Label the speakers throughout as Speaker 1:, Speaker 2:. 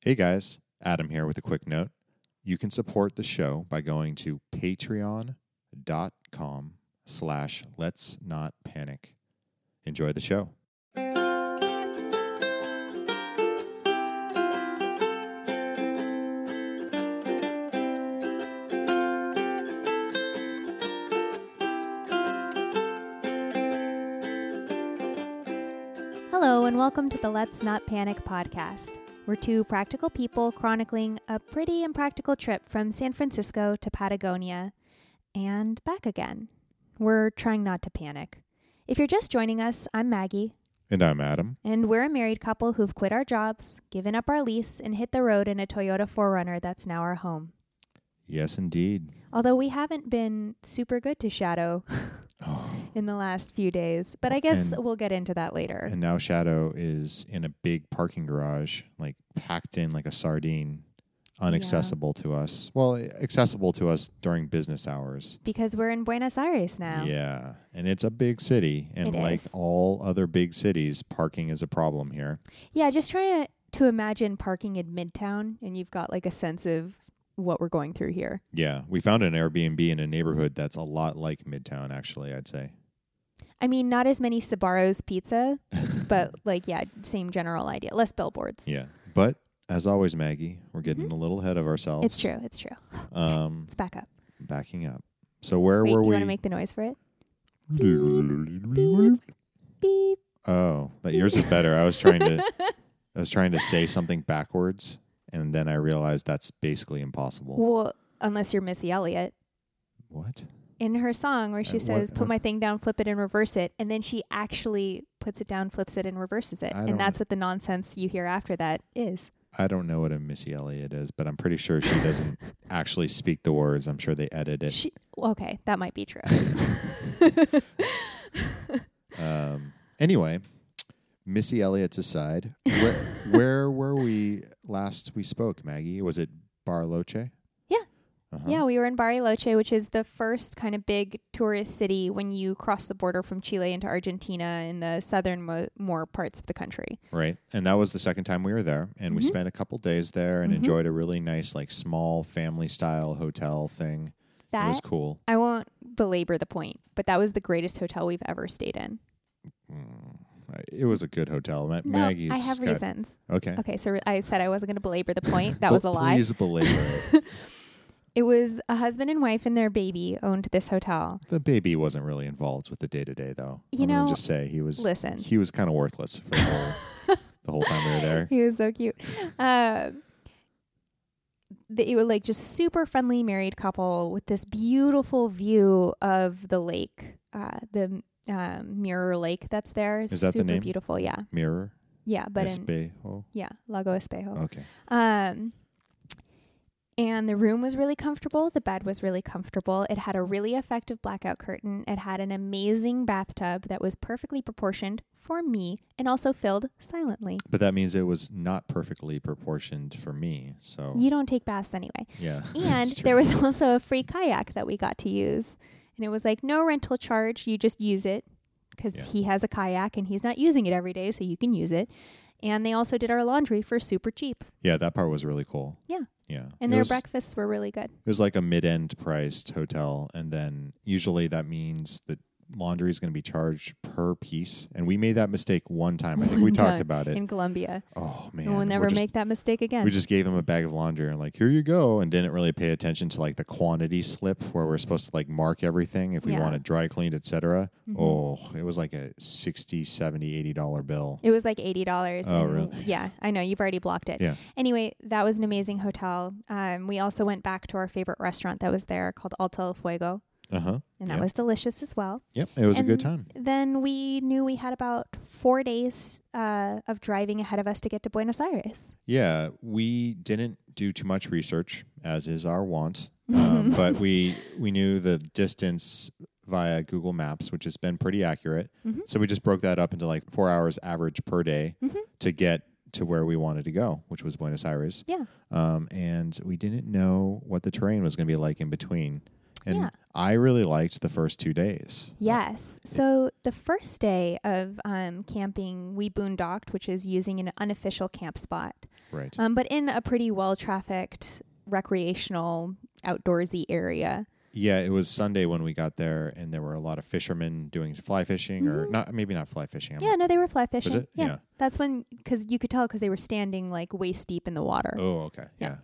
Speaker 1: Hey guys, Adam here with a quick note. You can support the show by going to patreon.com slash let's not panic. Enjoy the show.
Speaker 2: Hello, and welcome to the Let's Not Panic podcast. We're two practical people chronicling a pretty impractical trip from San Francisco to Patagonia and back again. We're trying not to panic. If you're just joining us, I'm Maggie,
Speaker 1: And I'm Adam.
Speaker 2: and we're a married couple who've quit our jobs, given up our lease, and hit the road in a Toyota 4Runner that's now our home.
Speaker 1: Yes, indeed.
Speaker 2: Although we haven't been super good to Shadow
Speaker 1: Oh,
Speaker 2: in the last few days, but I guess
Speaker 1: And-
Speaker 2: we'll get into that later.
Speaker 1: and now Shadow is in a big parking garage, like packed in like a sardine, unaccessible to us. Well, accessible to us during business hours.
Speaker 2: because we're in Buenos Aires now.
Speaker 1: Yeah, and it's a big city, and
Speaker 2: It
Speaker 1: like
Speaker 2: is.
Speaker 1: all other big cities, parking is a problem here.
Speaker 2: Yeah, just try to, to imagine parking in Midtown and you've got like a sense of what we're going through here.
Speaker 1: Yeah, we found an Airbnb in a neighborhood that's a lot like Midtown, actually. I'd say.
Speaker 2: I mean, not as many Sabaro's pizza, but like, yeah, same general idea. Less billboards.
Speaker 1: Yeah, but as always, Maggie, we're getting a little ahead of ourselves.
Speaker 2: Mm-hmm. It's true. It's true.
Speaker 1: Um,
Speaker 2: It's back up.
Speaker 1: backing up. So where
Speaker 2: Wait, do
Speaker 1: were
Speaker 2: you
Speaker 1: we?
Speaker 2: want to make the noise for it? beep, Beep.
Speaker 1: oh, that yours is better. I was trying to, I was trying to say something backwards, and then I realized that's basically impossible.
Speaker 2: Well, unless you're Missy Elliott.
Speaker 1: What?
Speaker 2: In her song where
Speaker 1: Uh,
Speaker 2: she
Speaker 1: what-
Speaker 2: says, put
Speaker 1: what-
Speaker 2: my thing down, flip it, and reverse it. And then she actually puts it down, flips it, and reverses it.
Speaker 1: I don't-
Speaker 2: and that's what the nonsense you hear after that is.
Speaker 1: I don't know what a Missy Elliott is, but I'm pretty sure she doesn't actually speak the words. I'm sure they edit it.
Speaker 2: She, okay, that might be true.
Speaker 1: Um, anyway, Missy Elliott's aside, where, where were we last we spoke, Maggie? Was it Barloche?
Speaker 2: Yeah.
Speaker 1: Uh-huh.
Speaker 2: Yeah, we were in Bariloche, which is the first kind of big tourist city when you cross the border from Chile into Argentina in the southern mo- more parts of the country.
Speaker 1: Right. And that was the second time we were there. And we
Speaker 2: Mhm.
Speaker 1: spent a couple days there and
Speaker 2: Mhm.
Speaker 1: enjoyed a really nice, like, small family style hotel thing.
Speaker 2: That
Speaker 1: it was cool.
Speaker 2: I won't belabor the point, but that was the greatest hotel we've ever stayed in.
Speaker 1: Mm, I- It was a good hotel. Ma-
Speaker 2: No,
Speaker 1: Maggie's.
Speaker 2: I have
Speaker 1: got-
Speaker 2: reasons.
Speaker 1: Okay.
Speaker 2: Okay, so re- I said I wasn't going to belabor the point. That
Speaker 1: But
Speaker 2: was a lie.
Speaker 1: Please belabor it.
Speaker 2: It was a husband and wife and their baby owned this hotel.
Speaker 1: The baby wasn't really involved with the day to day, though.
Speaker 2: You
Speaker 1: I'm gonna
Speaker 2: know,
Speaker 1: just say he was.
Speaker 2: listen.
Speaker 1: he was kind of worthless for the whole, the whole time we were there.
Speaker 2: He was so cute. Um, they were like just super friendly married couple with this beautiful view of the lake, uh, the um, Mirror Lake that's there.
Speaker 1: Is that the
Speaker 2: super
Speaker 1: name?
Speaker 2: beautiful. Yeah,
Speaker 1: Mirror,
Speaker 2: yeah, but in,
Speaker 1: Espejo.
Speaker 2: yeah, Lago Espejo.
Speaker 1: Okay,
Speaker 2: Um, and the room was really comfortable. The bed was really comfortable. It had a really effective blackout curtain. It had an amazing bathtub that was perfectly proportioned for me and also filled silently.
Speaker 1: but that means it was not perfectly proportioned for me. So
Speaker 2: You don't take baths anyway.
Speaker 1: yeah,
Speaker 2: And
Speaker 1: it's true.
Speaker 2: there was also a free kayak that we got to use. And it was like no rental charge, you just use it because
Speaker 1: Yeah.
Speaker 2: he has a kayak and he's not using it every day, so you can use it. And they also did our laundry for super cheap.
Speaker 1: yeah, that part was really cool.
Speaker 2: Yeah.
Speaker 1: yeah, it
Speaker 2: And their
Speaker 1: was,
Speaker 2: breakfasts were really good.
Speaker 1: It was like a mid-end priced hotel, and then usually that means that laundry is going to be charged per piece. And we made that mistake one time. I think we
Speaker 2: One
Speaker 1: talked
Speaker 2: time.
Speaker 1: about it.
Speaker 2: In Colombia.
Speaker 1: oh man,
Speaker 2: And we'll
Speaker 1: we're
Speaker 2: never
Speaker 1: just
Speaker 2: make that mistake again.
Speaker 1: We just gave him a bag of laundry and like, here you go, and didn't really pay attention to like the quantity slip where we're supposed to like mark everything if we
Speaker 2: Yeah.
Speaker 1: want it dry cleaned, etc.
Speaker 2: Mhm.
Speaker 1: Oh, it was like a 60, 70, 80 dollar bill.
Speaker 2: It was like eighty dollars.
Speaker 1: Oh, really?
Speaker 2: Yeah, I know you've already blocked it.
Speaker 1: Yeah.
Speaker 2: Anyway, that was an amazing hotel. Um, we also went back to our favorite restaurant that was there called Alto El Fuego,
Speaker 1: Uh-huh.
Speaker 2: and that
Speaker 1: Yeah.
Speaker 2: was delicious as well.
Speaker 1: Yep, it was a good time.
Speaker 2: And- then we knew we had about four days uh, of driving ahead of us to get to Buenos Aires.
Speaker 1: Yeah, we didn't do too much research as is our wont. Um, but we we knew the distance via Google Maps, which has been pretty accurate.
Speaker 2: Mhm.
Speaker 1: So we just broke that up into like 4 hours average per day
Speaker 2: Mhm.
Speaker 1: to get to where we wanted to go, which was Buenos Aires.
Speaker 2: Yeah.
Speaker 1: um, and we didn't know what the terrain was going to be like in between. And
Speaker 2: Yeah.
Speaker 1: I really liked the first two days.
Speaker 2: Yes. So the first day of um, camping, we boondocked, which is using an unofficial camp spot,
Speaker 1: Right.
Speaker 2: um, but in a pretty well trafficked, recreational, outdoorsy area.
Speaker 1: Yeah, it was Sunday when we got there, and there were a lot of fishermen doing fly fishing, or not maybe not fly fishing. I'm-
Speaker 2: Mm-hmm. Yeah, no, they were fly fishing.
Speaker 1: it?
Speaker 2: Yeah.
Speaker 1: Yeah.
Speaker 2: That's when, because you could tell because they were standing like waist deep in the water.
Speaker 1: Oh, okay. Yeah.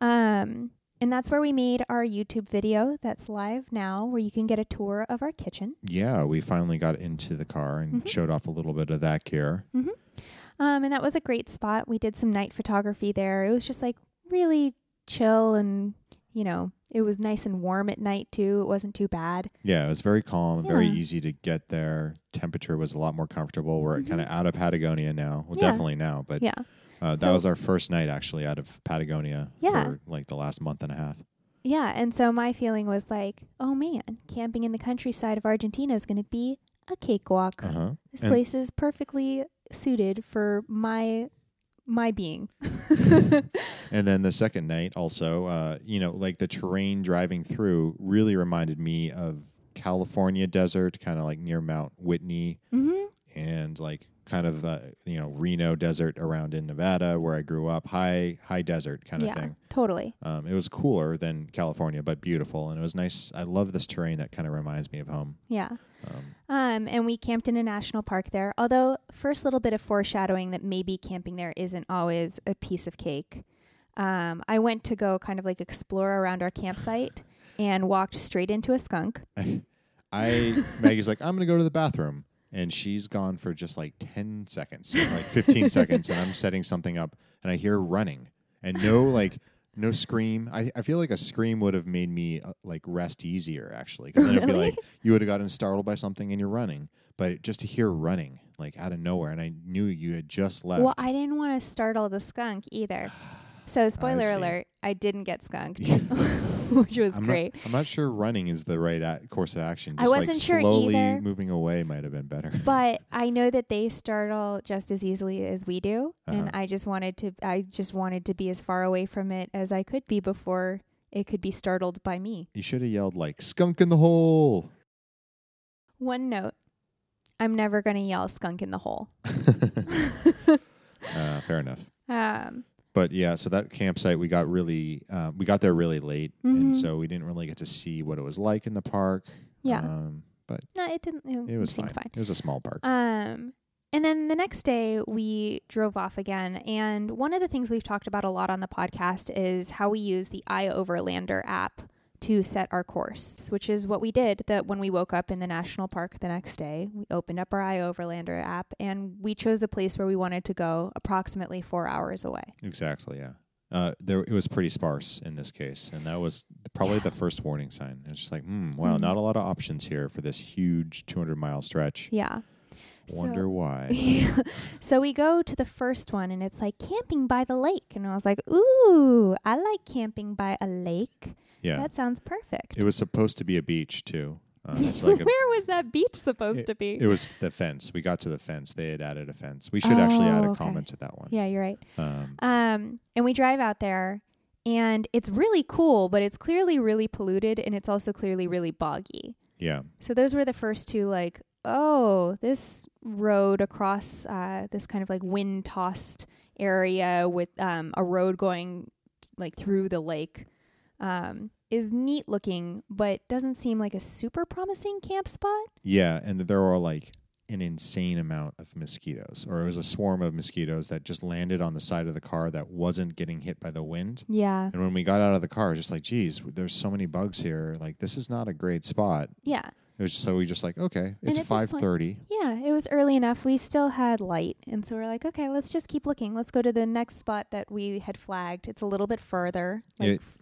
Speaker 2: Yeah. Um, and that's where we made our YouTube video that's live now, where you can get a tour of our kitchen.
Speaker 1: yeah. we finally got into the car and
Speaker 2: Mm-hmm.
Speaker 1: showed off a little bit of that gear.
Speaker 2: Um, and that was a great spot. We did some night photography there. It was just like really chill and, you know, it was nice and warm at night too. It wasn't too bad.
Speaker 1: Yeah, it was very calm, very
Speaker 2: Yeah.
Speaker 1: easy to get there. Temperature was a lot more comfortable. We're kind of out of Patagonia now. Well,
Speaker 2: Mm-hmm. Yeah.
Speaker 1: definitely now, but
Speaker 2: Yeah.
Speaker 1: uh, that
Speaker 2: So-
Speaker 1: was our first night actually out of Patagonia
Speaker 2: Yeah.
Speaker 1: for like the last month and a half.
Speaker 2: Yeah. And so my feeling was like, oh man, camping in the countryside of Argentina is going to be a cakewalk.
Speaker 1: Uh huh.
Speaker 2: This
Speaker 1: and-
Speaker 2: place is perfectly suited for my my being.
Speaker 1: And then the second night, also, uh, you know, like the terrain driving through really reminded me of California desert, kind of like near Mount Whitney,
Speaker 2: hmm
Speaker 1: and like kind of uh, you know Reno desert around in Nevada where I grew up, high high desert kind of
Speaker 2: Yeah,
Speaker 1: thing.
Speaker 2: totally.
Speaker 1: Um, it was cooler than California, but beautiful, and it was nice. I love this terrain that kind of reminds me of home.
Speaker 2: Yeah.
Speaker 1: Um,
Speaker 2: Um, and we camped in a national park there. Although, first little bit of foreshadowing that maybe camping there isn't always a piece of cake. Um, I went to go kind of like explore around our campsite and walked straight into a skunk.
Speaker 1: I Maggie's like, I'm gonna go to the bathroom, and she's gone for just like ten seconds, like fifteen seconds, and I'm setting something up, and I hear running, and no like no scream. I, I feel like a scream would have made me uh, like rest easier actually, because then it'd be
Speaker 2: Really?
Speaker 1: like you would have gotten startled by something and you're running, but just to hear running like out of nowhere, and I knew you had just left.
Speaker 2: Well, I didn't want to startle the skunk either. So, spoiler
Speaker 1: see.
Speaker 2: alert, I didn't get skunked,
Speaker 1: Yeah.
Speaker 2: which was
Speaker 1: I'm
Speaker 2: great.
Speaker 1: Not, I'm not sure running is the right a- course of action.
Speaker 2: I
Speaker 1: Just like
Speaker 2: wasn't sure
Speaker 1: slowly
Speaker 2: either.
Speaker 1: moving away might have been better.
Speaker 2: but I know that they startle just as easily as we do, and
Speaker 1: Uh-huh.
Speaker 2: I just wanted to I just wanted to be as far away from it as I could be before it could be startled by me.
Speaker 1: You should have yelled like "skunk in the hole."
Speaker 2: One note. I'm never going to yell skunk in the hole.
Speaker 1: uh, fair enough.
Speaker 2: um,
Speaker 1: But yeah, so that campsite we got really um, we got there really late,
Speaker 2: Mhm.
Speaker 1: and so we didn't really get to see what it was like in the park.
Speaker 2: Yeah.
Speaker 1: um, but
Speaker 2: no, it didn't Uh-huh. it,
Speaker 1: it was fine.
Speaker 2: seemed fine.
Speaker 1: It was a small park.
Speaker 2: Um, and then the next day we drove off again. And one of the things we've talked about a lot on the podcast is how we use the iOverlander app to set our course, which is what we did that when we woke up in the national park the next day, we opened up our iOverlander app and we chose a place where we wanted to go approximately four hours away.
Speaker 1: exactly. Yeah. Uh, there it was pretty sparse in this case, and that was probably the first warning sign. It's just like, hmm, wow,
Speaker 2: Mhm.
Speaker 1: not a lot of options here for this huge 200 mile stretch.
Speaker 2: Yeah.
Speaker 1: Wonder why?
Speaker 2: so we go to the first one and it's like camping by the lake. And I was like, ooh, I like camping by a lake.
Speaker 1: Yeah,
Speaker 2: That sounds perfect.
Speaker 1: it was supposed to be a beach too. Uh, it's like a
Speaker 2: Where was that beach supposed to be?
Speaker 1: It was the fence. We got to the fence. They had added a fence. We should actually add a
Speaker 2: Oh, okay.
Speaker 1: comment to that one.
Speaker 2: yeah, you're right.
Speaker 1: Um,
Speaker 2: Um, and we drive out there, and it's really cool, but it's clearly really polluted, and it's also clearly really boggy.
Speaker 1: yeah.
Speaker 2: So those were the first two, like, oh, this road across uh, this kind of like wind tossed area with um, a road going like through the lake um, is neat looking, but doesn't seem like a super promising camp spot.
Speaker 1: Yeah. And there were like an insane amount of mosquitoes, or it was a swarm of mosquitoes that just landed on the side of the car that wasn't getting hit by the wind.
Speaker 2: Yeah,
Speaker 1: And when we got out of the car, it was just like, geez, there's so many bugs here. Like, this is not a great spot.
Speaker 2: yeah.
Speaker 1: It was just, so we just like, okay, it's
Speaker 2: at this point-
Speaker 1: 5.30.
Speaker 2: Yeah, it was early enough. We still had light. And so we're like, okay, let's just keep looking. Let's go to the next spot that we had flagged. It's a little bit further, like
Speaker 1: It-
Speaker 2: f-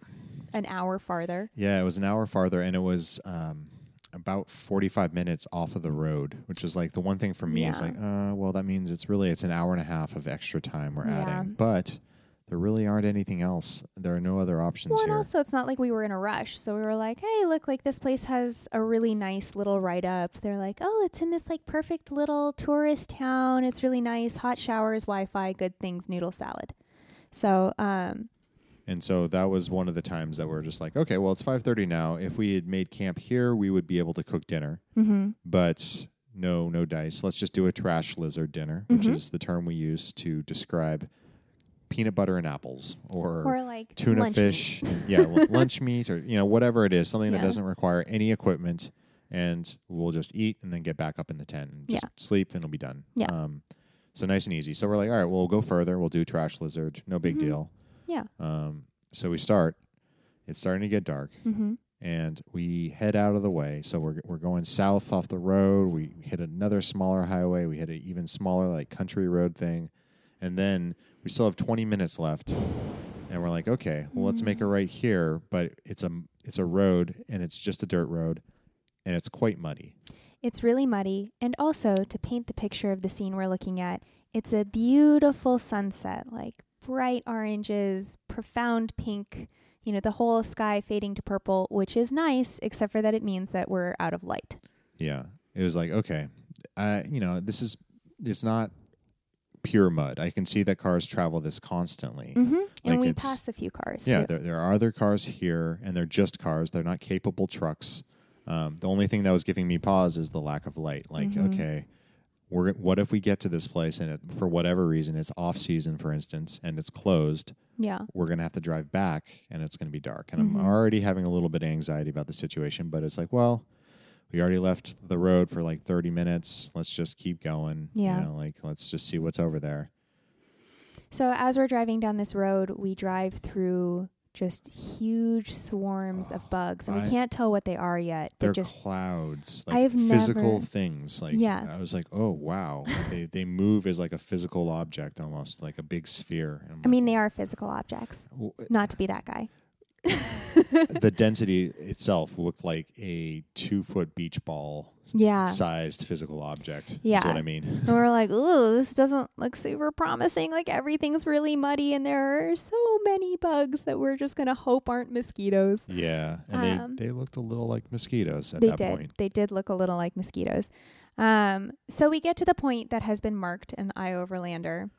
Speaker 2: an hour farther.
Speaker 1: Yeah, it was an hour farther, and it was um, about forty-five minutes off of the road, which is like the one thing for me is
Speaker 2: Yeah.
Speaker 1: like, uh, well, that means it's really it's an hour and a half of extra time we're
Speaker 2: Yeah.
Speaker 1: adding, but there really aren't anything else. There are no other options
Speaker 2: Well, and
Speaker 1: here.
Speaker 2: also, it's not like we were in a rush. So we were like, hey, look, like this place has a really nice little write up. They're like, oh, it's in this like perfect little tourist town. It's really nice. Hot showers, Wi Fi, good things, noodle salad. So, um,
Speaker 1: And so that was one of the times that we're just like, okay, well, it's 5:30 now. If we had made camp here, we would be able to cook dinner.
Speaker 2: Mm-hmm.
Speaker 1: But no, no dice. Let's just do a trash lizard dinner, which
Speaker 2: Mhm.
Speaker 1: is the term we use to describe peanut butter and apples or,
Speaker 2: Or like
Speaker 1: tuna
Speaker 2: lunch
Speaker 1: fish, and- yeah, well, lunch meat or you know whatever it is, something
Speaker 2: Yeah.
Speaker 1: that doesn't require any equipment, and we'll just eat and then get back up in the tent and just sleep and it'll be done.
Speaker 2: Yeah.
Speaker 1: Um, so nice and easy. So we're like, all right, we'll go further. We'll do trash lizard. No big
Speaker 2: Mhm.
Speaker 1: deal.
Speaker 2: Yeah.
Speaker 1: Um, so we start. It's starting to get dark,
Speaker 2: meat. Mm-hmm.
Speaker 1: and we head out of the way. So we're we're going south off the road. We hit another smaller highway. We hit an even smaller like country road thing, and then we still have 20 minutes left. And we're like, okay, well, let's make a right here, but it's a it's a road and it's just a dirt road, and it's quite muddy.
Speaker 2: It's really muddy, and also to paint the picture of the scene we're looking at, it's a beautiful sunset, like bright oranges, profound pink, you know, the whole sky fading to purple, which is nice, except for that it means that we're out of light.
Speaker 1: Yeah, it was like, okay, I you know this is it's not pure mud. I can see that cars travel this constantly.
Speaker 2: Mm-hmm. And
Speaker 1: Like
Speaker 2: we
Speaker 1: it's-
Speaker 2: pass a few cars.
Speaker 1: Yeah,
Speaker 2: too.
Speaker 1: there, there are other cars here, and they're just cars. They're not capable trucks. Um, the only thing that was giving me pause is the lack of light. Like, okay, we're what if we get to this place and it, for whatever reason it's off season, for instance, and it's closed?
Speaker 2: yeah.
Speaker 1: We're gonna have to drive back, and it's gonna be dark. And
Speaker 2: Mhm.
Speaker 1: I'm already having a little bit of anxiety about the situation. But it's like, well, we already left the road for like 30 minutes. Let's just keep going.
Speaker 2: Yeah.
Speaker 1: you know, like let's just see what's over there.
Speaker 2: So as we're driving down this road, we drive through just huge swarms of bugs, and we
Speaker 1: I-
Speaker 2: can't tell what they are yet,
Speaker 1: they're
Speaker 2: but just
Speaker 1: clouds like
Speaker 2: I have
Speaker 1: physical
Speaker 2: never-
Speaker 1: things like
Speaker 2: Yeah.
Speaker 1: i was like oh wow they, they move as like a physical object almost like a big sphere And I'm
Speaker 2: I mean, they
Speaker 1: like,
Speaker 2: are physical objects.
Speaker 1: w-
Speaker 2: Not to be that guy.
Speaker 1: the density itself looked like a two foot beach ball
Speaker 2: Yeah.
Speaker 1: sized physical object
Speaker 2: Yeah.
Speaker 1: is what i mean
Speaker 2: And we're like, ooh, this doesn't look super promising. Like everything's really muddy, and there are so many bugs that we're just gonna hope aren't mosquitoes.
Speaker 1: yeah and
Speaker 2: Um,
Speaker 1: they, they looked a little like mosquitoes at
Speaker 2: they
Speaker 1: that
Speaker 2: did.
Speaker 1: point
Speaker 2: They did look a little like mosquitoes. Um, so we get to the point that has been marked an eye overlander.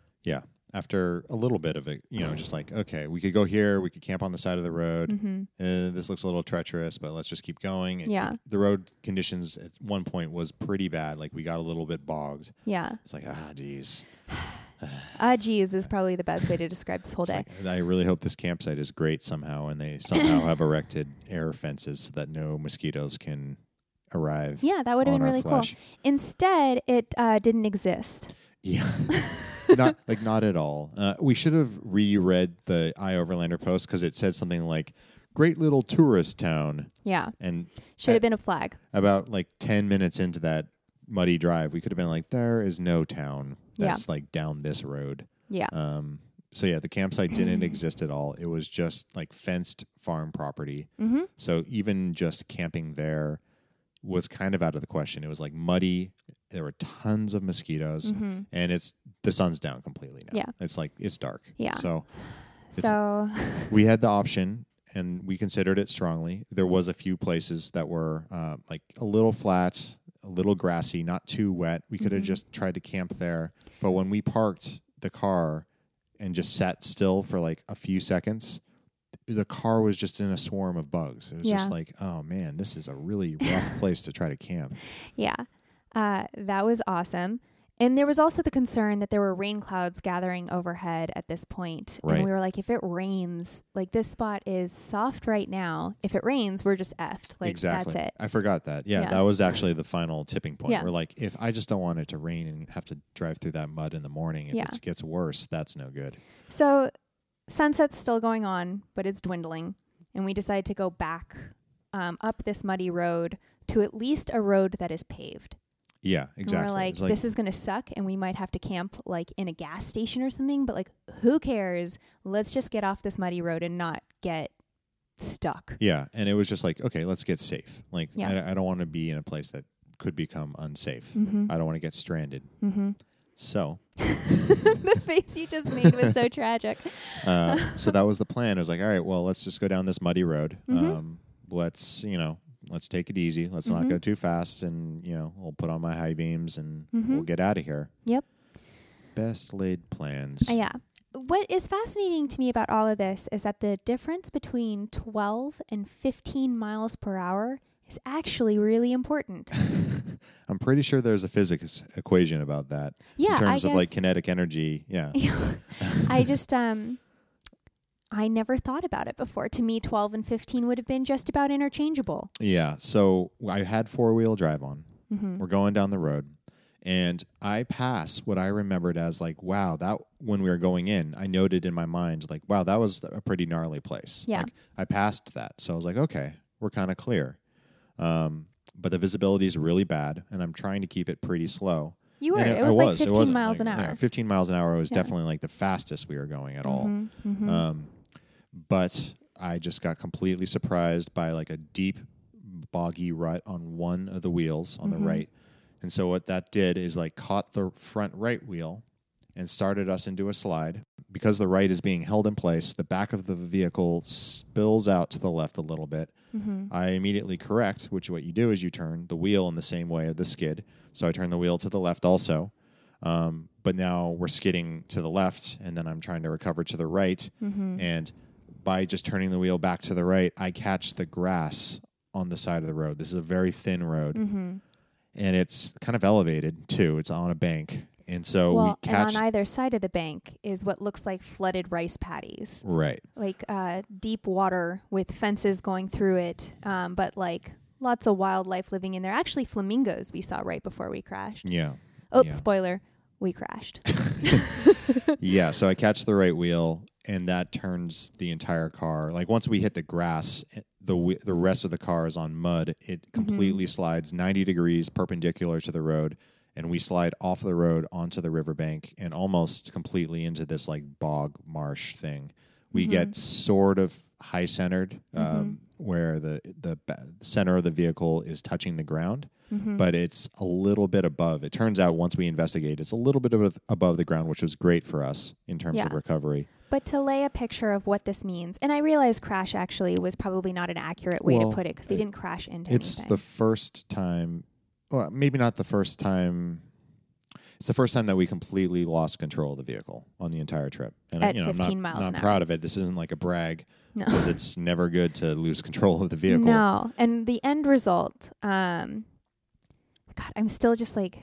Speaker 1: after a little bit of it you know just like okay we could go here we could camp on the side of the road
Speaker 2: Mm-hmm.
Speaker 1: uh, this looks a little treacherous, but let's just keep going. It-
Speaker 2: Yeah.
Speaker 1: the road conditions at one point was pretty bad. Like we got a little bit bogged.
Speaker 2: Yeah.
Speaker 1: It's like, ah, geez.
Speaker 2: Ah, geez is probably the best way to describe this whole
Speaker 1: It's
Speaker 2: day.
Speaker 1: like, I really hope this campsite is great somehow, and they somehow have erected air fences so that no mosquitoes can arrive.
Speaker 2: yeah, that would have
Speaker 1: on
Speaker 2: been
Speaker 1: our
Speaker 2: really
Speaker 1: flesh.
Speaker 2: cool. Instead, it uh, didn't exist.
Speaker 1: Yeah. not like not at all. Uh, we should have reread the I Overlander post because it said something like "Great little tourist town,"
Speaker 2: Yeah,
Speaker 1: and
Speaker 2: should have been a flag.
Speaker 1: about like 10 minutes into that muddy drive we could have been like there is no town
Speaker 2: Yeah.
Speaker 1: that's like down this road
Speaker 2: Yeah.
Speaker 1: um so yeah the campsite didn't exist at all it was just like fenced farm property
Speaker 2: Mm-hmm.
Speaker 1: so even just camping there was kind of out of the question it was like muddy there were tons of mosquitoes
Speaker 2: Mm-hmm.
Speaker 1: and it's the sun's down completely now
Speaker 2: Yeah.
Speaker 1: it's like it's dark
Speaker 2: Yeah.
Speaker 1: so It's-
Speaker 2: So
Speaker 1: we had the option and we considered it strongly there was a few places that were uh, like a little flat a little grassy not too wet we could have
Speaker 2: Mhm.
Speaker 1: just tried to camp there but when we parked the car and just sat still for like a few seconds the car was just in a swarm of bugs it was just
Speaker 2: Yeah.
Speaker 1: like oh man this is a really rough place to try to camp
Speaker 2: yeah, uh, that was awesome. And there was also the concern that there were rain clouds gathering overhead at this point.
Speaker 1: Right.
Speaker 2: And we were like, if it rains, like this spot is soft right now. If it rains, we're just effed. Like
Speaker 1: exactly
Speaker 2: that's it.
Speaker 1: i forgot that yeah,
Speaker 2: Yeah.
Speaker 1: that was actually the final tipping point
Speaker 2: Yeah.
Speaker 1: we're like if i just don't want it to rain and have to drive through that mud in the morning if
Speaker 2: Yeah.
Speaker 1: it gets worse that's no good
Speaker 2: So sunset's still going on, but it's dwindling, and we decide to go back um, up this muddy road to at least a road that is paved.
Speaker 1: Yeah,
Speaker 2: And
Speaker 1: exactly.
Speaker 2: we're like,
Speaker 1: It's like-
Speaker 2: this is going to suck, and we might have to camp like in a gas station or something. But like, who cares? Let's just get off this muddy road and not get stuck.
Speaker 1: yeah, and it was just like, okay, let's get safe. Like,
Speaker 2: Yeah.
Speaker 1: I, I don't want to be in a place that could become unsafe.
Speaker 2: Mm-hmm.
Speaker 1: I don't want to get stranded.
Speaker 2: Mm-hmm.
Speaker 1: So,
Speaker 2: the face you just made was so tragic.
Speaker 1: uh, so that was the plan. It was like, all right, well, let's just go down this muddy road.
Speaker 2: Mhm.
Speaker 1: Um, let's, you know, let's take it easy. Let's
Speaker 2: Mhm.
Speaker 1: not go too fast, and you know, we'll put on my high beams and
Speaker 2: Mhm.
Speaker 1: we'll get out of here.
Speaker 2: Yep.
Speaker 1: Best laid plans.
Speaker 2: Uh, yeah. what is fascinating to me about all of this is that the difference between 12 and 15 miles per hour is actually really important.
Speaker 1: I'm pretty sure there's a physics equation about that
Speaker 2: Yeah,
Speaker 1: in terms
Speaker 2: I
Speaker 1: of
Speaker 2: guess
Speaker 1: like kinetic energy. Yeah.
Speaker 2: I just um I never thought about it before. To me, 12 and 15 would have been just about interchangeable.
Speaker 1: Yeah. So I had four wheel drive on.
Speaker 2: Mhm.
Speaker 1: We're going down the road. And I pass what I remembered as like, wow, that when we were going in, I noted in my mind, like, wow, that was a pretty gnarly place.
Speaker 2: Yeah.
Speaker 1: Like, I passed that. So I was like, okay, we're kind of clear. Um, but the visibility is really bad. And I'm trying to keep it pretty slow.
Speaker 2: You were.
Speaker 1: And
Speaker 2: It,
Speaker 1: I
Speaker 2: was like
Speaker 1: It
Speaker 2: 15
Speaker 1: wasn't,
Speaker 2: miles
Speaker 1: like,
Speaker 2: an hour.
Speaker 1: yeah, 15 miles an hour was
Speaker 2: Yeah.
Speaker 1: definitely like the fastest we were going at all.
Speaker 2: Mhm, mhm.
Speaker 1: Um, but I just got completely surprised by like a deep boggy rut on one of the wheels on
Speaker 2: Mhm.
Speaker 1: the right. And so what that did is like caught the front right wheel and started us into a slide. Because the right is being held in place, the back of the vehicle spills out to the left a little bit.
Speaker 2: Mhm.
Speaker 1: I immediately correct, which what you do is you turn the wheel in the same way of the skid. So I turn the wheel to the left also. Um, but now we're skidding to the left, and then I'm trying to recover to the right.
Speaker 2: Mm-hmm.
Speaker 1: And by just turning the wheel back to the right, I catch the grass on the side of the road. This is a very thin road,
Speaker 2: Mm-hmm.
Speaker 1: and it's kind of elevated too. It's on a bank, and so
Speaker 2: well,
Speaker 1: we catch
Speaker 2: and on either side of the bank is what looks like flooded rice paddies,
Speaker 1: right.
Speaker 2: like uh, deep water with fences going through it, um, but like lots of wildlife living in there. Actually, flamingos we saw right before we crashed.
Speaker 1: Yeah,
Speaker 2: Oh,
Speaker 1: Mm, Yeah.
Speaker 2: spoiler, we crashed.
Speaker 1: yeah. So I catch the right wheel, and that turns the entire car. Like once we hit the grass, eh, the whe- the rest of the car is on mud. It completely slides ninety degrees perpendicular to the road, and we slide off the road onto the riverbank and almost completely into this like bog marsh thing. We get sort of high centered, um, where the the ba- center of the vehicle is touching the ground
Speaker 2: Mm-hmm.
Speaker 1: but it's a little bit above. It turns out once we investigate, it's a little bit above- above the ground, which was great for us in terms of
Speaker 2: Yeah.
Speaker 1: recovery.
Speaker 2: But to lay a picture of what this means, and I realize crash actually was probably not an accurate way
Speaker 1: Well,
Speaker 2: to put it because we
Speaker 1: it-
Speaker 2: didn't crash into
Speaker 1: It's
Speaker 2: anything.
Speaker 1: the first time, well, maybe not the first time. It's the first time that we completely lost control of the vehicle on the entire trip. And
Speaker 2: At
Speaker 1: you know, I'm
Speaker 2: 15
Speaker 1: not,
Speaker 2: miles
Speaker 1: not
Speaker 2: an hour.
Speaker 1: proud of it. This isn't like a brag
Speaker 2: No.
Speaker 1: because it's never good to lose control of the vehicle.
Speaker 2: No, and the end result, um, God, I'm still just like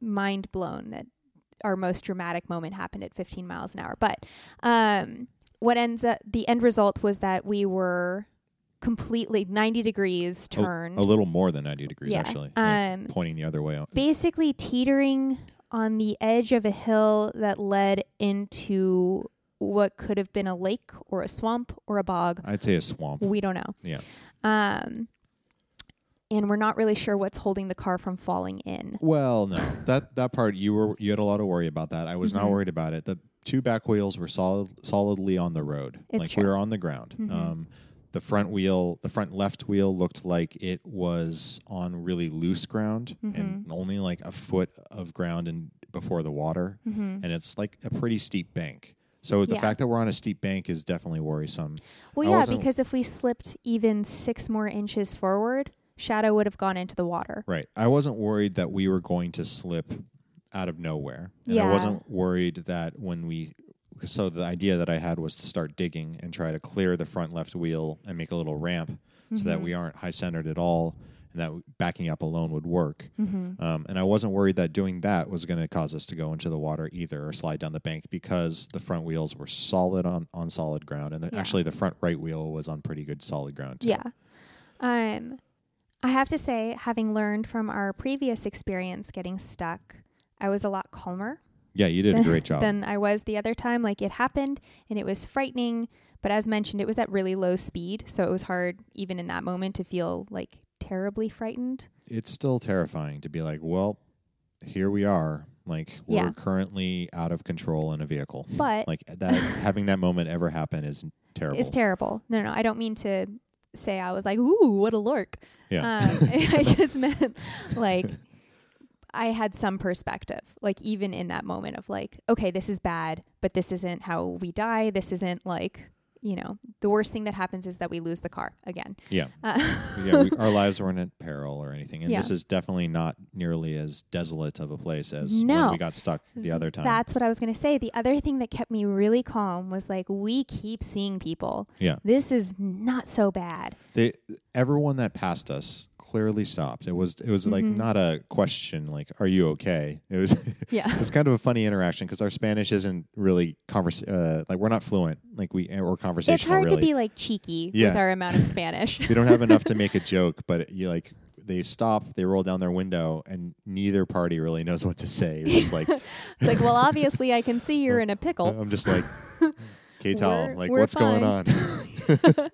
Speaker 2: mind blown that our most dramatic moment happened at 15 miles an hour. But um, what ends up, the end result was that we were completely 90 degrees turned,
Speaker 1: A little more than 90 Oh, degrees,
Speaker 2: Yeah.
Speaker 1: actually.
Speaker 2: Um,
Speaker 1: like pointing the other way.
Speaker 2: basically teetering on the edge of a hill that led into what could have been a lake or a swamp or a bog.
Speaker 1: I'd say a swamp.
Speaker 2: We don't know.
Speaker 1: Yeah.
Speaker 2: Um, and we're not really sure what's holding the car from falling in.
Speaker 1: Well, no, that that part you were you had a lot of worry about that. I was
Speaker 2: Mm-hmm.
Speaker 1: not worried about it. The two back wheels were solid, solidly on the road,
Speaker 2: It's
Speaker 1: like
Speaker 2: true. Mm-hmm.
Speaker 1: we were on the ground. Um, the front wheel, the front left wheel, looked like it was on really loose ground and
Speaker 2: Mm-hmm.
Speaker 1: only like a foot of ground and before the water, and it's like a pretty steep bank. So the
Speaker 2: Mm-hmm. Yeah.
Speaker 1: fact that we're on a steep bank is definitely worrisome.
Speaker 2: Well,
Speaker 1: I
Speaker 2: yeah,
Speaker 1: wasn't-
Speaker 2: because if we slipped even six more inches forward, Shadow would have gone into the water.
Speaker 1: Right. I wasn't worried that we were going to slip out of nowhere. And
Speaker 2: Yeah.
Speaker 1: I wasn't worried that when we so the idea that I had was to start digging and try to clear the front left wheel and make a little ramp so
Speaker 2: Mm-hmm.
Speaker 1: that we aren't high centered at all and that backing up alone would work. Um, and I wasn't worried that doing that was going to cause us to go into the water either or slide down the bank because the front wheels were solid on, on solid ground. And the,
Speaker 2: Yeah.
Speaker 1: actually, the front right wheel was on pretty good solid ground. Too.
Speaker 2: Yeah. Um, I have to say, having learned from our previous experience getting stuck, I was a lot calmer
Speaker 1: Yeah, you did a great job.
Speaker 2: than I was the other time. Like it happened and it was frightening, but as mentioned, it was at really low speed, so it was hard even in that moment to feel like terribly frightened.
Speaker 1: it's still terrifying to be like, well, here we are. Like we're
Speaker 2: Yeah.
Speaker 1: currently out of control in a vehicle.
Speaker 2: But
Speaker 1: Like that having that moment ever happen is terrible.
Speaker 2: It's terrible. No, no, I don't mean to say I was like, ooh, what a lurk.
Speaker 1: yeah.
Speaker 2: Um, I just meant like I had some perspective, like even in that moment of like, okay, this is bad, but this isn't how we die. This isn't like you know, the worst thing that happens is that we lose the car again.
Speaker 1: Yeah.
Speaker 2: Uh,
Speaker 1: yeah, we, our lives weren't in peril or anything, and
Speaker 2: Yeah.
Speaker 1: this is definitely not nearly as desolate of a place as
Speaker 2: No.
Speaker 1: when we got stuck the other time.
Speaker 2: That's what I was going to say. The other thing that kept me really calm was like, we keep seeing people.
Speaker 1: yeah,
Speaker 2: This is not so bad.
Speaker 1: they everyone that passed us clearly stopped. It was it was like
Speaker 2: Mm-hmm.
Speaker 1: not a question like "Are you okay?" It was
Speaker 2: Yeah.
Speaker 1: it was kind of a funny interaction because our Spanish isn't really convers uh, like we're not fluent like we or conversational.
Speaker 2: It's hard
Speaker 1: really.
Speaker 2: to be like cheeky
Speaker 1: Yeah.
Speaker 2: with our amount of Spanish.
Speaker 1: we don't have enough to make a joke, but you like they stop, they roll down their window, and neither party really knows what to say. You're just like
Speaker 2: it's like, well, obviously, I can see you're in a pickle.
Speaker 1: I'm just like, K-Tal,
Speaker 2: We're-
Speaker 1: like
Speaker 2: we're
Speaker 1: what's
Speaker 2: fine. Uh.
Speaker 1: going on?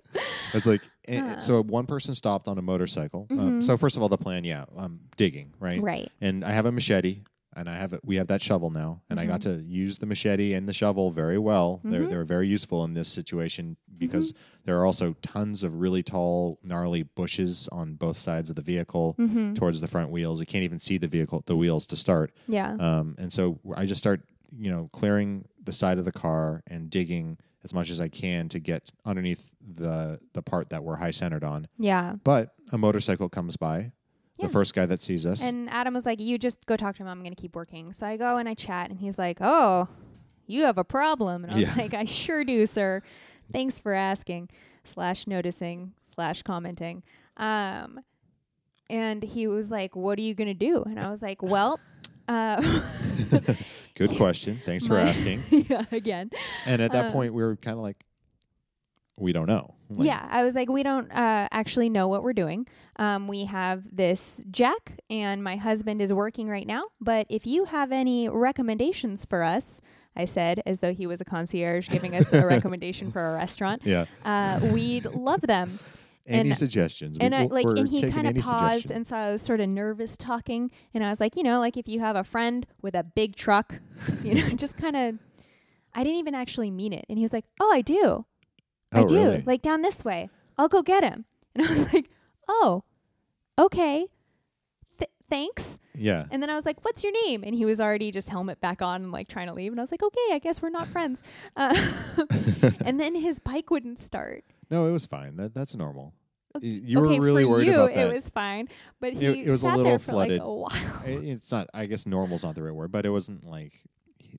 Speaker 1: it's like eh, so one person stopped on a motorcycle.
Speaker 2: Mm-hmm.
Speaker 1: Um, so first of all, the plan, yeah, I'm digging, right?
Speaker 2: Right.
Speaker 1: And I have a machete, and I have a, we have that shovel now, and I got
Speaker 2: Mm-hmm.
Speaker 1: to use the machete and the shovel very well. They're they're very useful in this situation
Speaker 2: Mm-hmm.
Speaker 1: because there are also tons of really tall, gnarly bushes on both sides of the vehicle
Speaker 2: Mm-hmm.
Speaker 1: towards the front wheels. You can't even see the vehicle the wheels to start.
Speaker 2: Yeah.
Speaker 1: Um, and so I just start, you know, clearing the side of the car and digging as much as I can to get underneath the the part that we're high centered on.
Speaker 2: yeah.
Speaker 1: But a motorcycle comes by, the
Speaker 2: Yeah.
Speaker 1: first guy that sees us.
Speaker 2: And Adam was like, you just go talk to him. I'm going to keep working. So I go and I chat, and he's like, oh, you have a problem. And I was
Speaker 1: Yeah.
Speaker 2: like, I sure do, sir. Thanks for asking, slash noticing, slash commenting. Um, and he was like, what are you going to do? And I was like, well, uh,
Speaker 1: Good question. Thanks for
Speaker 2: my-
Speaker 1: asking.
Speaker 2: yeah, again.
Speaker 1: And at that
Speaker 2: Uh,
Speaker 1: point, we were kind of like, we don't know. Like,
Speaker 2: yeah, I was like, we don't uh, actually know what we're doing. Um, we have this jack, and my husband is working right now. But if you have any recommendations for us, I said, as though he was a concierge giving us a recommendation for a restaurant,
Speaker 1: Yeah.
Speaker 2: uh, we'd love them.
Speaker 1: Any
Speaker 2: And- uh,
Speaker 1: suggestions?
Speaker 2: And
Speaker 1: we,
Speaker 2: I,
Speaker 1: we're-
Speaker 2: like,
Speaker 1: we're
Speaker 2: and he
Speaker 1: taking
Speaker 2: kind
Speaker 1: any
Speaker 2: of paused,
Speaker 1: suggestion.
Speaker 2: and so I was sort of nervous talking, and I was like, you know, like if you have a friend with a big truck, you know, just kind of. I didn't even actually mean it, and he was like, "Oh, I do." I
Speaker 1: oh,
Speaker 2: do.
Speaker 1: Really?
Speaker 2: Like down this way. I'll go get him. And I was like, oh, okay. Th- thanks.
Speaker 1: yeah.
Speaker 2: And then I was like, what's your name? And he was already just helmet back on and like trying to leave. And I was like, okay, I guess we're not friends. Uh, and then his bike wouldn't start.
Speaker 1: No, it was fine. That that's normal. Y-
Speaker 2: Okay,
Speaker 1: You were
Speaker 2: okay,
Speaker 1: really
Speaker 2: for
Speaker 1: worried
Speaker 2: you,
Speaker 1: about that.
Speaker 2: It was fine. But he
Speaker 1: It- it was a
Speaker 2: sat
Speaker 1: little
Speaker 2: there for
Speaker 1: flooded.
Speaker 2: like a while.
Speaker 1: I- it's not i guess normal's not the right word but it wasn't like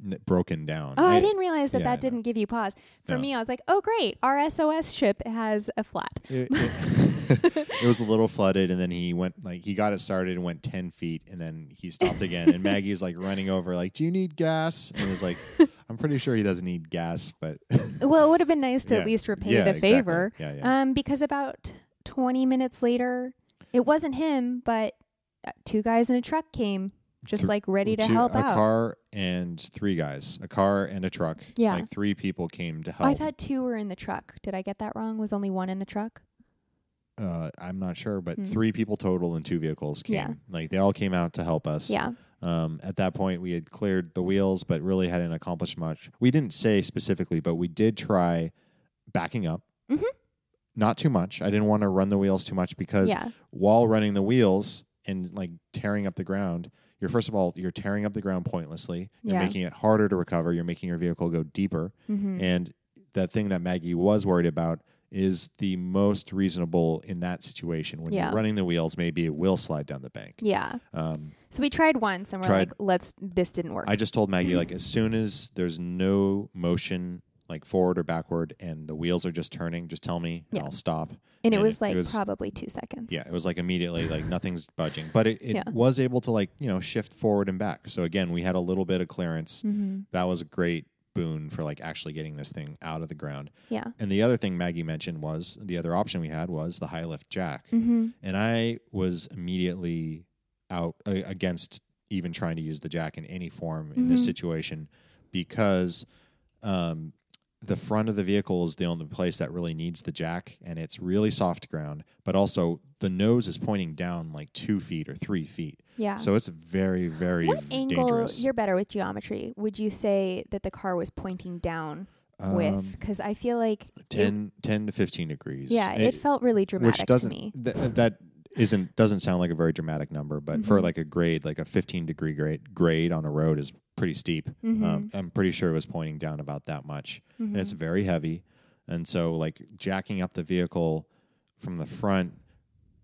Speaker 1: n- broken down
Speaker 2: Oh, I, didn't realize that
Speaker 1: yeah, I
Speaker 2: that
Speaker 1: know.
Speaker 2: didn't give you pause. For
Speaker 1: No.
Speaker 2: me, I was like, oh, great. Our SOS ship has a flat.
Speaker 1: it, it, it was a little flooded and then he went like he got it started and went 10 feet and then he stopped again and maggie's like running over like do you need gas and it was like i'm pretty sure he doesn't need gas but
Speaker 2: Well, it would have been nice to
Speaker 1: Yeah.
Speaker 2: at least repay
Speaker 1: Yeah,
Speaker 2: the
Speaker 1: exactly.
Speaker 2: favor.
Speaker 1: Yeah, yeah.
Speaker 2: Um, because about 20 minutes later, it wasn't him, but uh, two guys in a truck came, just
Speaker 1: Th-
Speaker 2: like ready to
Speaker 1: Two-
Speaker 2: help
Speaker 1: a
Speaker 2: out.
Speaker 1: car and three guys a car and a truck
Speaker 2: Yeah.
Speaker 1: like three people came to
Speaker 2: Oh,
Speaker 1: help
Speaker 2: I thought two were in the truck. Did I get that wrong? Was only one in the truck?
Speaker 1: uh, i'm not sure but
Speaker 2: Hmm.
Speaker 1: three people total and two vehicles came
Speaker 2: Yeah.
Speaker 1: like they all came out to help us
Speaker 2: Yeah.
Speaker 1: Um, at that point, we had cleared the wheels, but really hadn't accomplished much. We didn't say specifically, but we did try backing up.
Speaker 2: Mhm.
Speaker 1: Not too much. I didn't want to run the wheels too much because
Speaker 2: Yeah.
Speaker 1: while running the wheels and like tearing up the ground, you're first of all you're tearing up the ground pointlessly. You're
Speaker 2: Yeah.
Speaker 1: making it harder to recover. You're making your vehicle go deeper.
Speaker 2: Mm-hmm.
Speaker 1: And the thing that Maggie was worried about is the most reasonable in that situation. When
Speaker 2: Yeah.
Speaker 1: you're running the wheels, maybe it will slide down the bank.
Speaker 2: Yeah.
Speaker 1: Um,
Speaker 2: So we tried once and we're
Speaker 1: Tried.
Speaker 2: like, let's, this didn't work.
Speaker 1: I just told Maggie like as soon as there's no motion like forward or backward and the wheels are just turning, just tell me and
Speaker 2: Yeah.
Speaker 1: I'll stop.
Speaker 2: and it
Speaker 1: and
Speaker 2: was
Speaker 1: it- it
Speaker 2: like
Speaker 1: was-
Speaker 2: probably two seconds.
Speaker 1: Yeah, it was like immediately like nothing's budging, but it, it
Speaker 2: Yeah.
Speaker 1: was able to like you know shift forward and back. So again, we had a little bit of clearance.
Speaker 2: Mm-hmm.
Speaker 1: That was a great boon for like actually getting this thing out of the ground.
Speaker 2: Yeah.
Speaker 1: And the other thing Maggie mentioned was the other option we had was the high lift jack,
Speaker 2: Mm-hmm.
Speaker 1: and I was immediately out uh, against even trying to use the jack in any form in this
Speaker 2: Mhm.
Speaker 1: situation because um, the front of the vehicle is the only place that really needs the jack and it's really soft ground but also the nose is pointing down like two feet or three feet
Speaker 2: Yeah.
Speaker 1: so it's very very
Speaker 2: what
Speaker 1: v-
Speaker 2: angle,
Speaker 1: dangerous
Speaker 2: you're better with geometry, would you say that the car was pointing down
Speaker 1: Um,
Speaker 2: with? Because I feel like
Speaker 1: 10, 10 to 15 degrees
Speaker 2: Yeah, it, felt really dramatic
Speaker 1: which doesn't
Speaker 2: to me.
Speaker 1: Th- uh, that isn't doesn't sound like a very dramatic number but for
Speaker 2: Mm-hmm.
Speaker 1: like a grade like a 15 degree grade grade on a road
Speaker 2: Mm-hmm.
Speaker 1: is pretty steep um, i'm pretty sure it was pointing down about that much and it's very heavy And so, like, jacking up the vehicle from the front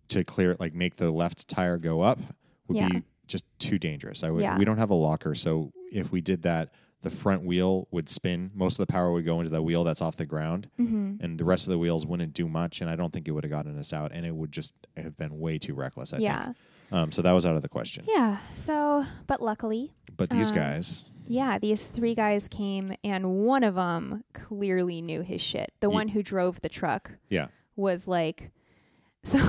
Speaker 1: to clear it, like, make the left tire go up would
Speaker 2: Yeah.
Speaker 1: be just too dangerous. I would,
Speaker 2: Yeah.
Speaker 1: We don't have a locker. So, if we did that, the front wheel would spin. Most of the power would go into the wheel that's off the ground,
Speaker 2: Mm-hmm.
Speaker 1: and the rest of the wheels wouldn't do much. And I don't think it would have gotten us out. And it would just have been way too reckless, I
Speaker 2: Yeah.
Speaker 1: think. Um, so, that was out of the question.
Speaker 2: Yeah. So, but luckily,
Speaker 1: But these
Speaker 2: Um,
Speaker 1: guys,
Speaker 2: yeah, these three guys came and one of them clearly knew his shit. The
Speaker 1: Ye-
Speaker 2: one who drove the truck
Speaker 1: yeah.
Speaker 2: was like so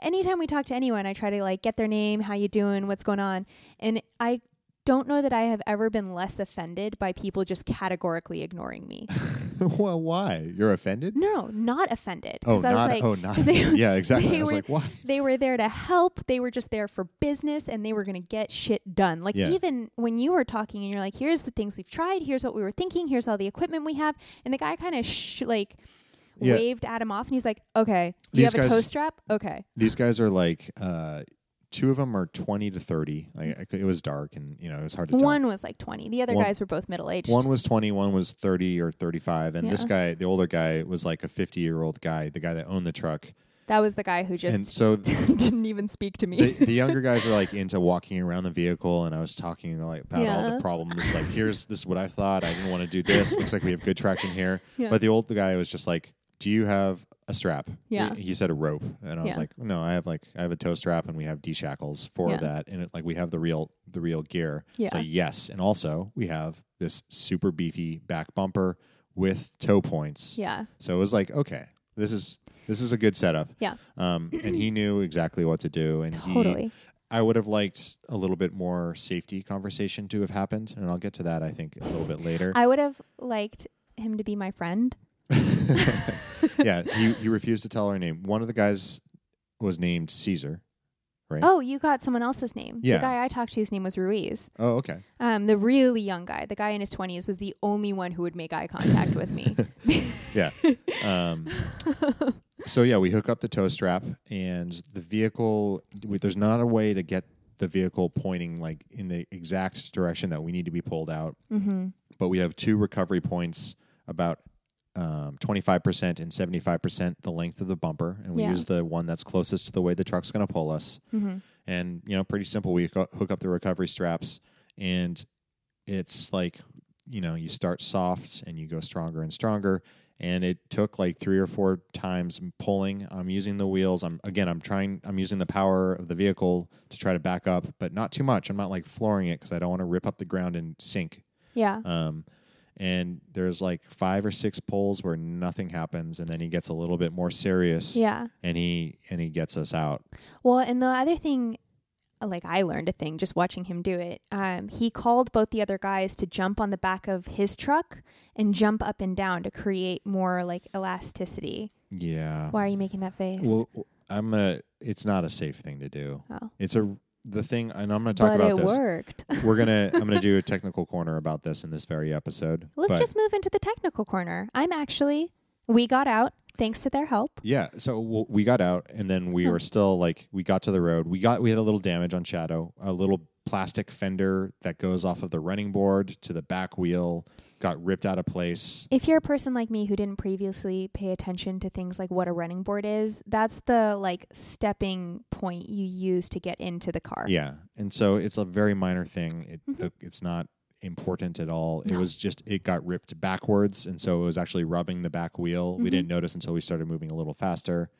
Speaker 2: anytime we talk to anyone i try to like get their name how you doing what's going on and i don't know that i have ever been less offended by people just categorically ignoring me
Speaker 1: well, why? You're offended?
Speaker 2: no not offended
Speaker 1: Oh,
Speaker 2: because
Speaker 1: not,
Speaker 2: i was like
Speaker 1: oh, not.
Speaker 2: 'cause they-
Speaker 1: yeah, exactly.
Speaker 2: they
Speaker 1: I was
Speaker 2: were-
Speaker 1: like, why?
Speaker 2: they were there to help they were just there for business and they were going to get shit done like
Speaker 1: Yeah.
Speaker 2: even when you were talking and you're like here's the things we've tried here's what we were thinking here's all the equipment we have and the guy kind of sh- like
Speaker 1: Yeah.
Speaker 2: waved at him off and he's like okay do you
Speaker 1: These
Speaker 2: have a
Speaker 1: guys-
Speaker 2: toe strap okay
Speaker 1: These guys are like, uh, two of them are 20 to 30. Like, I could, it was dark and, you know, it was hard to tell.
Speaker 2: One was like 20. The other
Speaker 1: One-
Speaker 2: guys were both middle aged.
Speaker 1: One was 20, one was 30 or 35. And this
Speaker 2: Yeah.
Speaker 1: guy, the older guy, was like a 50 year old guy, the guy that owned the truck.
Speaker 2: That was the guy who
Speaker 1: and
Speaker 2: just
Speaker 1: so th-
Speaker 2: didn't even speak to
Speaker 1: the,
Speaker 2: me.
Speaker 1: the younger guys are like into walking around the vehicle. And I was talking like about all
Speaker 2: Yeah.
Speaker 1: the problems. Like, here's this is what I thought. I didn't want to do this. Looks like we have good traction here.
Speaker 2: Yeah.
Speaker 1: But the old guy was just like, "Do you have a strap?"
Speaker 2: Yeah.
Speaker 1: He, he said a rope, and I was
Speaker 2: Yeah.
Speaker 1: like, "No, I have like I have a toe strap, and we have D shackles for
Speaker 2: Yeah.
Speaker 1: that, and it, like we have the real the real gear." It's
Speaker 2: Yeah.
Speaker 1: like yes, and also we have this super beefy back bumper with toe points.
Speaker 2: yeah.
Speaker 1: So it was like, okay, this is this is a good setup.
Speaker 2: Yeah.
Speaker 1: Um, and he knew exactly what to do, and he
Speaker 2: Totally.
Speaker 1: I would have liked a little bit more safety conversation to have happened, and I'll get to that I think a little bit later.
Speaker 2: I would have liked him to be my friend.
Speaker 1: yeah, you you refused to tell her name. One of the guys was named Caesar, right?
Speaker 2: Oh, you got someone else's name.
Speaker 1: Yeah.
Speaker 2: The guy I talked to, his name was Ruiz.
Speaker 1: Oh, okay.
Speaker 2: Um, the really young guy, the guy in his 20s, was the only one who would make eye contact with me.
Speaker 1: Yeah. Um, so yeah, we hook up the tow strap, and the vehicle. We, there's not a way to get the vehicle pointing like in the exact direction that we need to be pulled out,
Speaker 2: hmm
Speaker 1: but we have two recovery points about. Um, 25% and 75% the length of the bumper and we
Speaker 2: Yeah.
Speaker 1: use the one that's closest to the way the truck's going to pull us
Speaker 2: hmm
Speaker 1: and you know pretty simple we hoo- hook up the recovery straps and it's like you know you start soft and you go stronger and stronger and it took like three or four times m- pulling i'm using the wheels i'm again i'm trying i'm using the power of the vehicle to try to back up but not too much i'm not like flooring it because i don't want to rip up the ground and sink
Speaker 2: Yeah.
Speaker 1: um, and there's like five or six pulls where nothing happens and then he gets a little bit more serious
Speaker 2: Yeah.
Speaker 1: and he and he gets us out
Speaker 2: Well, and the other thing, uh, like I learned a thing just watching him do it. Um, he called both the other guys to jump on the back of his truck and jump up and down to create more like elasticity.
Speaker 1: yeah
Speaker 2: Why are you making that face?
Speaker 1: Well, w- I'm gonna. It's not a safe thing to do.
Speaker 2: oh.
Speaker 1: It's a the thing, and I'm gonna talk
Speaker 2: But
Speaker 1: about
Speaker 2: it
Speaker 1: this.
Speaker 2: worked.
Speaker 1: We're gonna. I'm gonna do a technical corner about this in this very episode.
Speaker 2: Let's
Speaker 1: but-
Speaker 2: just move into the technical corner. I'm actually, we got out thanks to their help.
Speaker 1: Yeah. So w- we got out, and then we
Speaker 2: Huh.
Speaker 1: were still like, we got to the road. We got. We had a little damage on Shadow. A little plastic fender that goes off of the running board to the back wheel got ripped out of place.
Speaker 2: If you're a person like me who didn't previously pay attention to things like what a running board is, that's the like stepping point you use to get into the car.
Speaker 1: Yeah, and so it's a very minor thing. It,
Speaker 2: Mhm.
Speaker 1: the, it's not important at all. It
Speaker 2: No.
Speaker 1: was just it got ripped backwards, and so it was actually rubbing the back wheel. We
Speaker 2: Mhm.
Speaker 1: didn't notice until we started moving a little faster.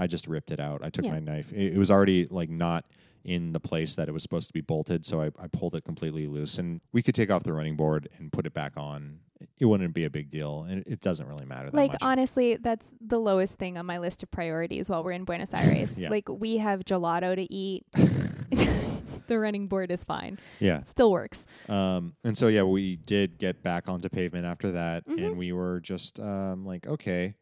Speaker 1: I just ripped it out. I took
Speaker 2: Yeah.
Speaker 1: my knife. It, it was already like not in the place that it was supposed to be bolted, so I, I pulled it completely loose. And we could take off the running board and put it back on. It wouldn't be a big deal, and it doesn't really matter that
Speaker 2: like
Speaker 1: much.
Speaker 2: honestly that's the lowest thing on my list of priorities while we're in buenos aires
Speaker 1: Yeah.
Speaker 2: like we have gelato to eat the running board is fine
Speaker 1: yeah.
Speaker 2: still works
Speaker 1: Um, and so yeah, we did get back onto pavement after that,
Speaker 2: Mhm.
Speaker 1: and we were just um, like, okay,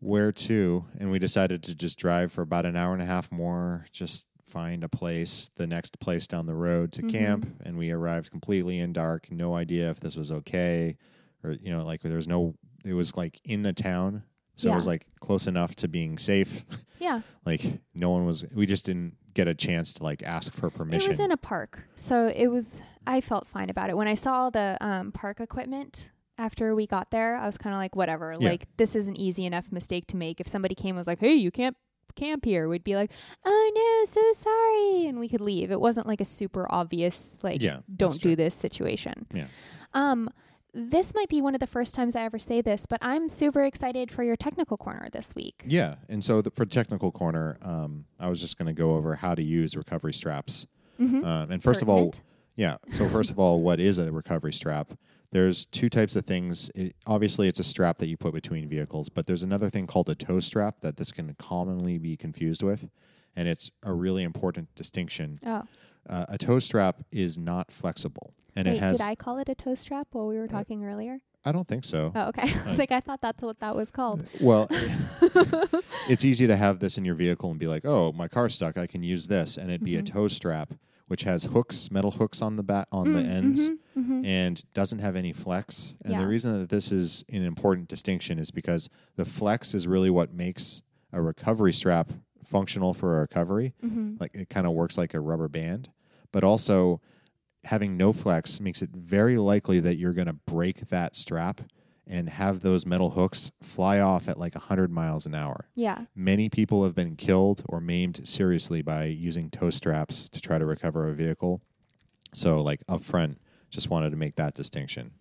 Speaker 1: where to? And we decided to just drive for about an hour and a half more, just find a place, the next place down the road to
Speaker 2: Mhm.
Speaker 1: camp, and we arrived completely in dark, no idea if this was okay, or you know, like there was no, it was like in the town, so it was
Speaker 2: Yeah.
Speaker 1: like close enough to being safe,
Speaker 2: yeah
Speaker 1: like no one was, we just didn't get a chance to like ask for permission.
Speaker 2: it was in a park so it was i felt fine about it when i saw the um, park equipment after we got there, I was kind of like, whatever.
Speaker 1: Yeah.
Speaker 2: Like, this is an easy enough mistake to make. If somebody came and was like, hey, you can't camp here, we'd be like, oh no, so sorry. And we could leave. It wasn't like a super obvious, like,
Speaker 1: Yeah, that's
Speaker 2: don't
Speaker 1: true.
Speaker 2: do this situation.
Speaker 1: Yeah.
Speaker 2: Um, this might be one of the first times I ever say this, but I'm super excited for your technical corner this week.
Speaker 1: Yeah, and so the, for technical corner, um, I was just going to go over how to use recovery straps. Um, and first of
Speaker 2: Mm-hmm. Pertinent.
Speaker 1: all, yeah. So first of all, what is a recovery strap? There's two types of things. It, obviously, it's a strap that you put between vehicles, but there's another thing called a tow strap that this can commonly be confused with, and it's a really important distinction.
Speaker 2: Oh,
Speaker 1: Uh, a tow strap is not flexible, and
Speaker 2: wait,
Speaker 1: it has. Uh,
Speaker 2: did I call it a toe strap while we were talking earlier?
Speaker 1: I don't think so.
Speaker 2: Oh, okay. I was like, I thought that's what that was called.
Speaker 1: Well, it's easy to have this in your vehicle and be like, "Oh, my car's stuck. I can use this," and it'd be a tow strap, which has hooks, metal hooks on the bat on the ends, and doesn't have any flex. And
Speaker 2: Mm, mm-hmm. Yeah.
Speaker 1: the reason that this is an important distinction is because the flex is really what makes a recovery strap functional for a recovery. Like it kind of works like a rubber band, but also having no flex makes it very likely that you're going to break that strap and have those metal hooks fly off at like 100 miles an hour.
Speaker 2: Yeah.
Speaker 1: Many people have been killed or maimed seriously by using tow straps to try to recover a vehicle. So, like up front, just wanted to make that distinction.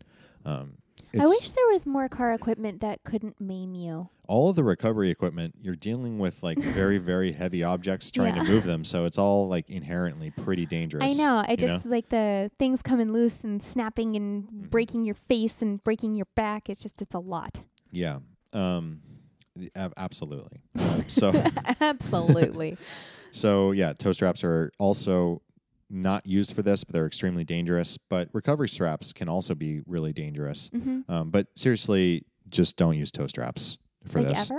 Speaker 1: Um,
Speaker 2: I wish there was more car equipment that couldn't maim you.
Speaker 1: all of the recovery equipment you're dealing with like very very heavy objects trying
Speaker 2: Yeah.
Speaker 1: to move them, so it's all like inherently pretty dangerous.
Speaker 2: I know. I
Speaker 1: you
Speaker 2: just like the things coming loose and snapping and
Speaker 1: Mm-hmm.
Speaker 2: breaking your face and breaking your back. It's just, it's a lot.
Speaker 1: Yeah. Um, the- ab- absolutely. Um, so.
Speaker 2: Absolutely.
Speaker 1: So yeah, toe straps are also not used for this, but they're extremely dangerous. But recovery straps can also be really dangerous.
Speaker 2: Mhm.
Speaker 1: Um, but seriously, just don't use toe straps for
Speaker 2: like
Speaker 1: this. Eh,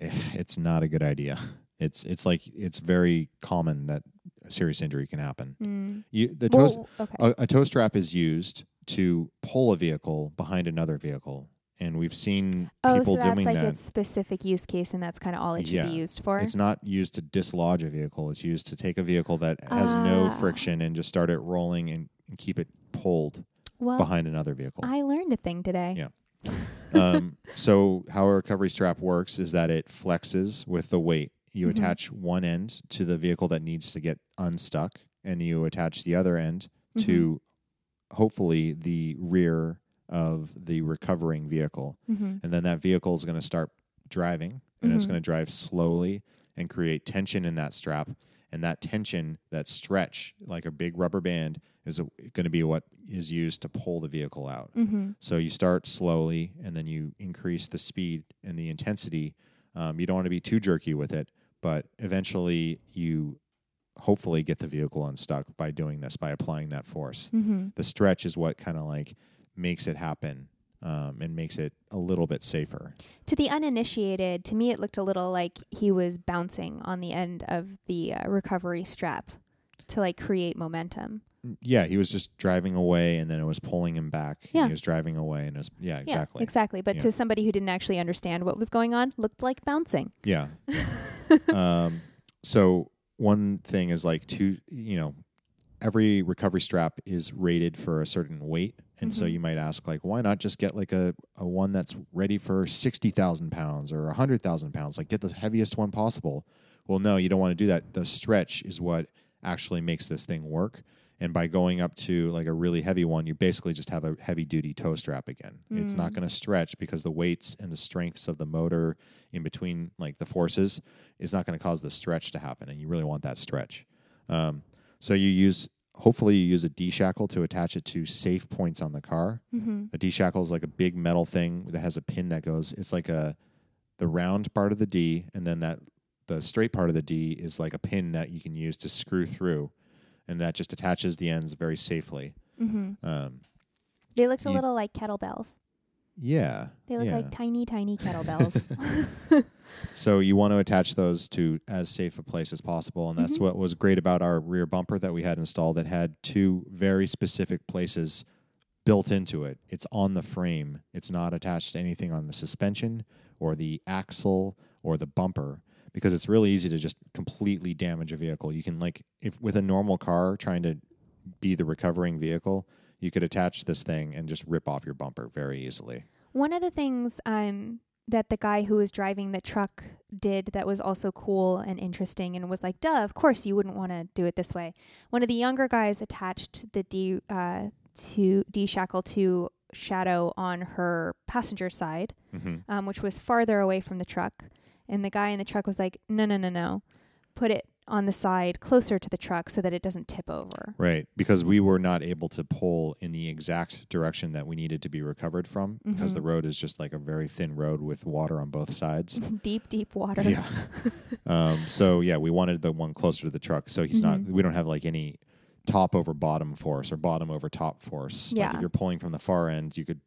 Speaker 2: ever?
Speaker 1: It's not a good idea. It's it's like it's very common that a serious injury can happen.
Speaker 2: Mm.
Speaker 1: You, the toes
Speaker 2: Well, okay.
Speaker 1: a, a toe strap is used to pull a vehicle behind another vehicle, and we've seen
Speaker 2: oh,
Speaker 1: people
Speaker 2: so that's
Speaker 1: doing
Speaker 2: like
Speaker 1: that.
Speaker 2: its specific use case, and that's kind of all it should
Speaker 1: Yeah.
Speaker 2: be used for.
Speaker 1: It's not used to dislodge a vehicle. It's used to take a vehicle that has no
Speaker 2: Ah.
Speaker 1: friction and just start it rolling and, and keep it pulled
Speaker 2: well,
Speaker 1: behind another vehicle.
Speaker 2: I learned a thing today.
Speaker 1: Yeah. um, so, how a recovery strap works is that it flexes with the weight. You
Speaker 2: Mhm.
Speaker 1: attach one end to the vehicle that needs to get unstuck, and you attach the other end
Speaker 2: Mm-hmm.
Speaker 1: to hopefully the rear of the recovering vehicle
Speaker 2: hmm
Speaker 1: and then that vehicle is going to start driving and it's
Speaker 2: Mhm.
Speaker 1: going to drive slowly and create tension in that strap and that tension that stretch like a big rubber band is going to be what is used to pull the vehicle out
Speaker 2: hmm
Speaker 1: so you start slowly and then you increase the speed and the intensity um, you don't want to be too jerky with it but eventually you hopefully get the vehicle unstuck by doing this by applying that force
Speaker 2: hmm
Speaker 1: the stretch is what kind of like makes it happen um, and makes it a little bit safer.
Speaker 2: To the uninitiated, to me, it looked a little like he was bouncing on the end of the uh, recovery strap to like create momentum.
Speaker 1: Yeah, he was just driving away and then it was pulling him back.
Speaker 2: Yeah.
Speaker 1: And he was driving away and it was, yeah, exactly.
Speaker 2: Yeah, exactly. But
Speaker 1: Yeah.
Speaker 2: to somebody who didn't actually understand what was going on, looked like bouncing.
Speaker 1: Yeah. um, so one thing is like two, you know, every recovery strap is rated for a certain weight. And so
Speaker 2: Mhm.
Speaker 1: you might ask like, why not just get like a, a one that's ready for 60,000 pounds or 100,000 pounds? Like get the heaviest one possible. Well, no, you don't want to do that. The stretch is what actually makes this thing work. And by going up to like a really heavy one, you basically just have a heavy duty toe strap again. It's not going to stretch because the weights and the strengths of the motor in between, like the forces, is not going to cause the stretch to happen. And you really want that stretch. Um, so you use, hopefully, you use a D shackle to attach it to safe points on the car.
Speaker 2: Mm-hmm.
Speaker 1: A D shackle is like a big metal thing that has a pin that goes. It's like a the round part of the D, and then that the straight part of the D is like a pin that you can use to screw through, and that just attaches the ends very safely.
Speaker 2: Mm-hmm.
Speaker 1: Um,
Speaker 2: They looked a
Speaker 1: You-
Speaker 2: little like kettlebells.
Speaker 1: yeah,
Speaker 2: They look
Speaker 1: yeah.
Speaker 2: like tiny, tiny kettlebells.
Speaker 1: So you want to attach those to as safe a place as possible, and that's
Speaker 2: Mhm.
Speaker 1: what was great about our rear bumper that we had installed that had two very specific places built into it. It's on the frame. It's not attached to anything on the suspension or the axle or the bumper because it's really easy to just completely damage a vehicle. You can like if with a normal car trying to be the recovering vehicle, you could attach this thing and just rip off your bumper very easily.
Speaker 2: One of the things um, that the guy who was driving the truck did that was also cool and interesting and was like, duh, of course you wouldn't want to do it this way. One of the younger guys attached the D, uh, to D shackle to shadow on her passenger side,
Speaker 1: Mm-hmm.
Speaker 2: um, which was farther away from the truck. And the guy in the truck was like, no, no, no, no. Put it on the side closer to the truck so that it doesn't tip over.
Speaker 1: Right, because we were not able to pull in the exact direction that we needed to be recovered from because the road is just like a very thin road with water on both sides.
Speaker 2: deep, deep water.
Speaker 1: yeah. um, so yeah, we wanted the one closer to the truck, so he's not. We don't have like any top over bottom force or bottom over top force. Like
Speaker 2: Yeah.
Speaker 1: if you're pulling from the far end, you could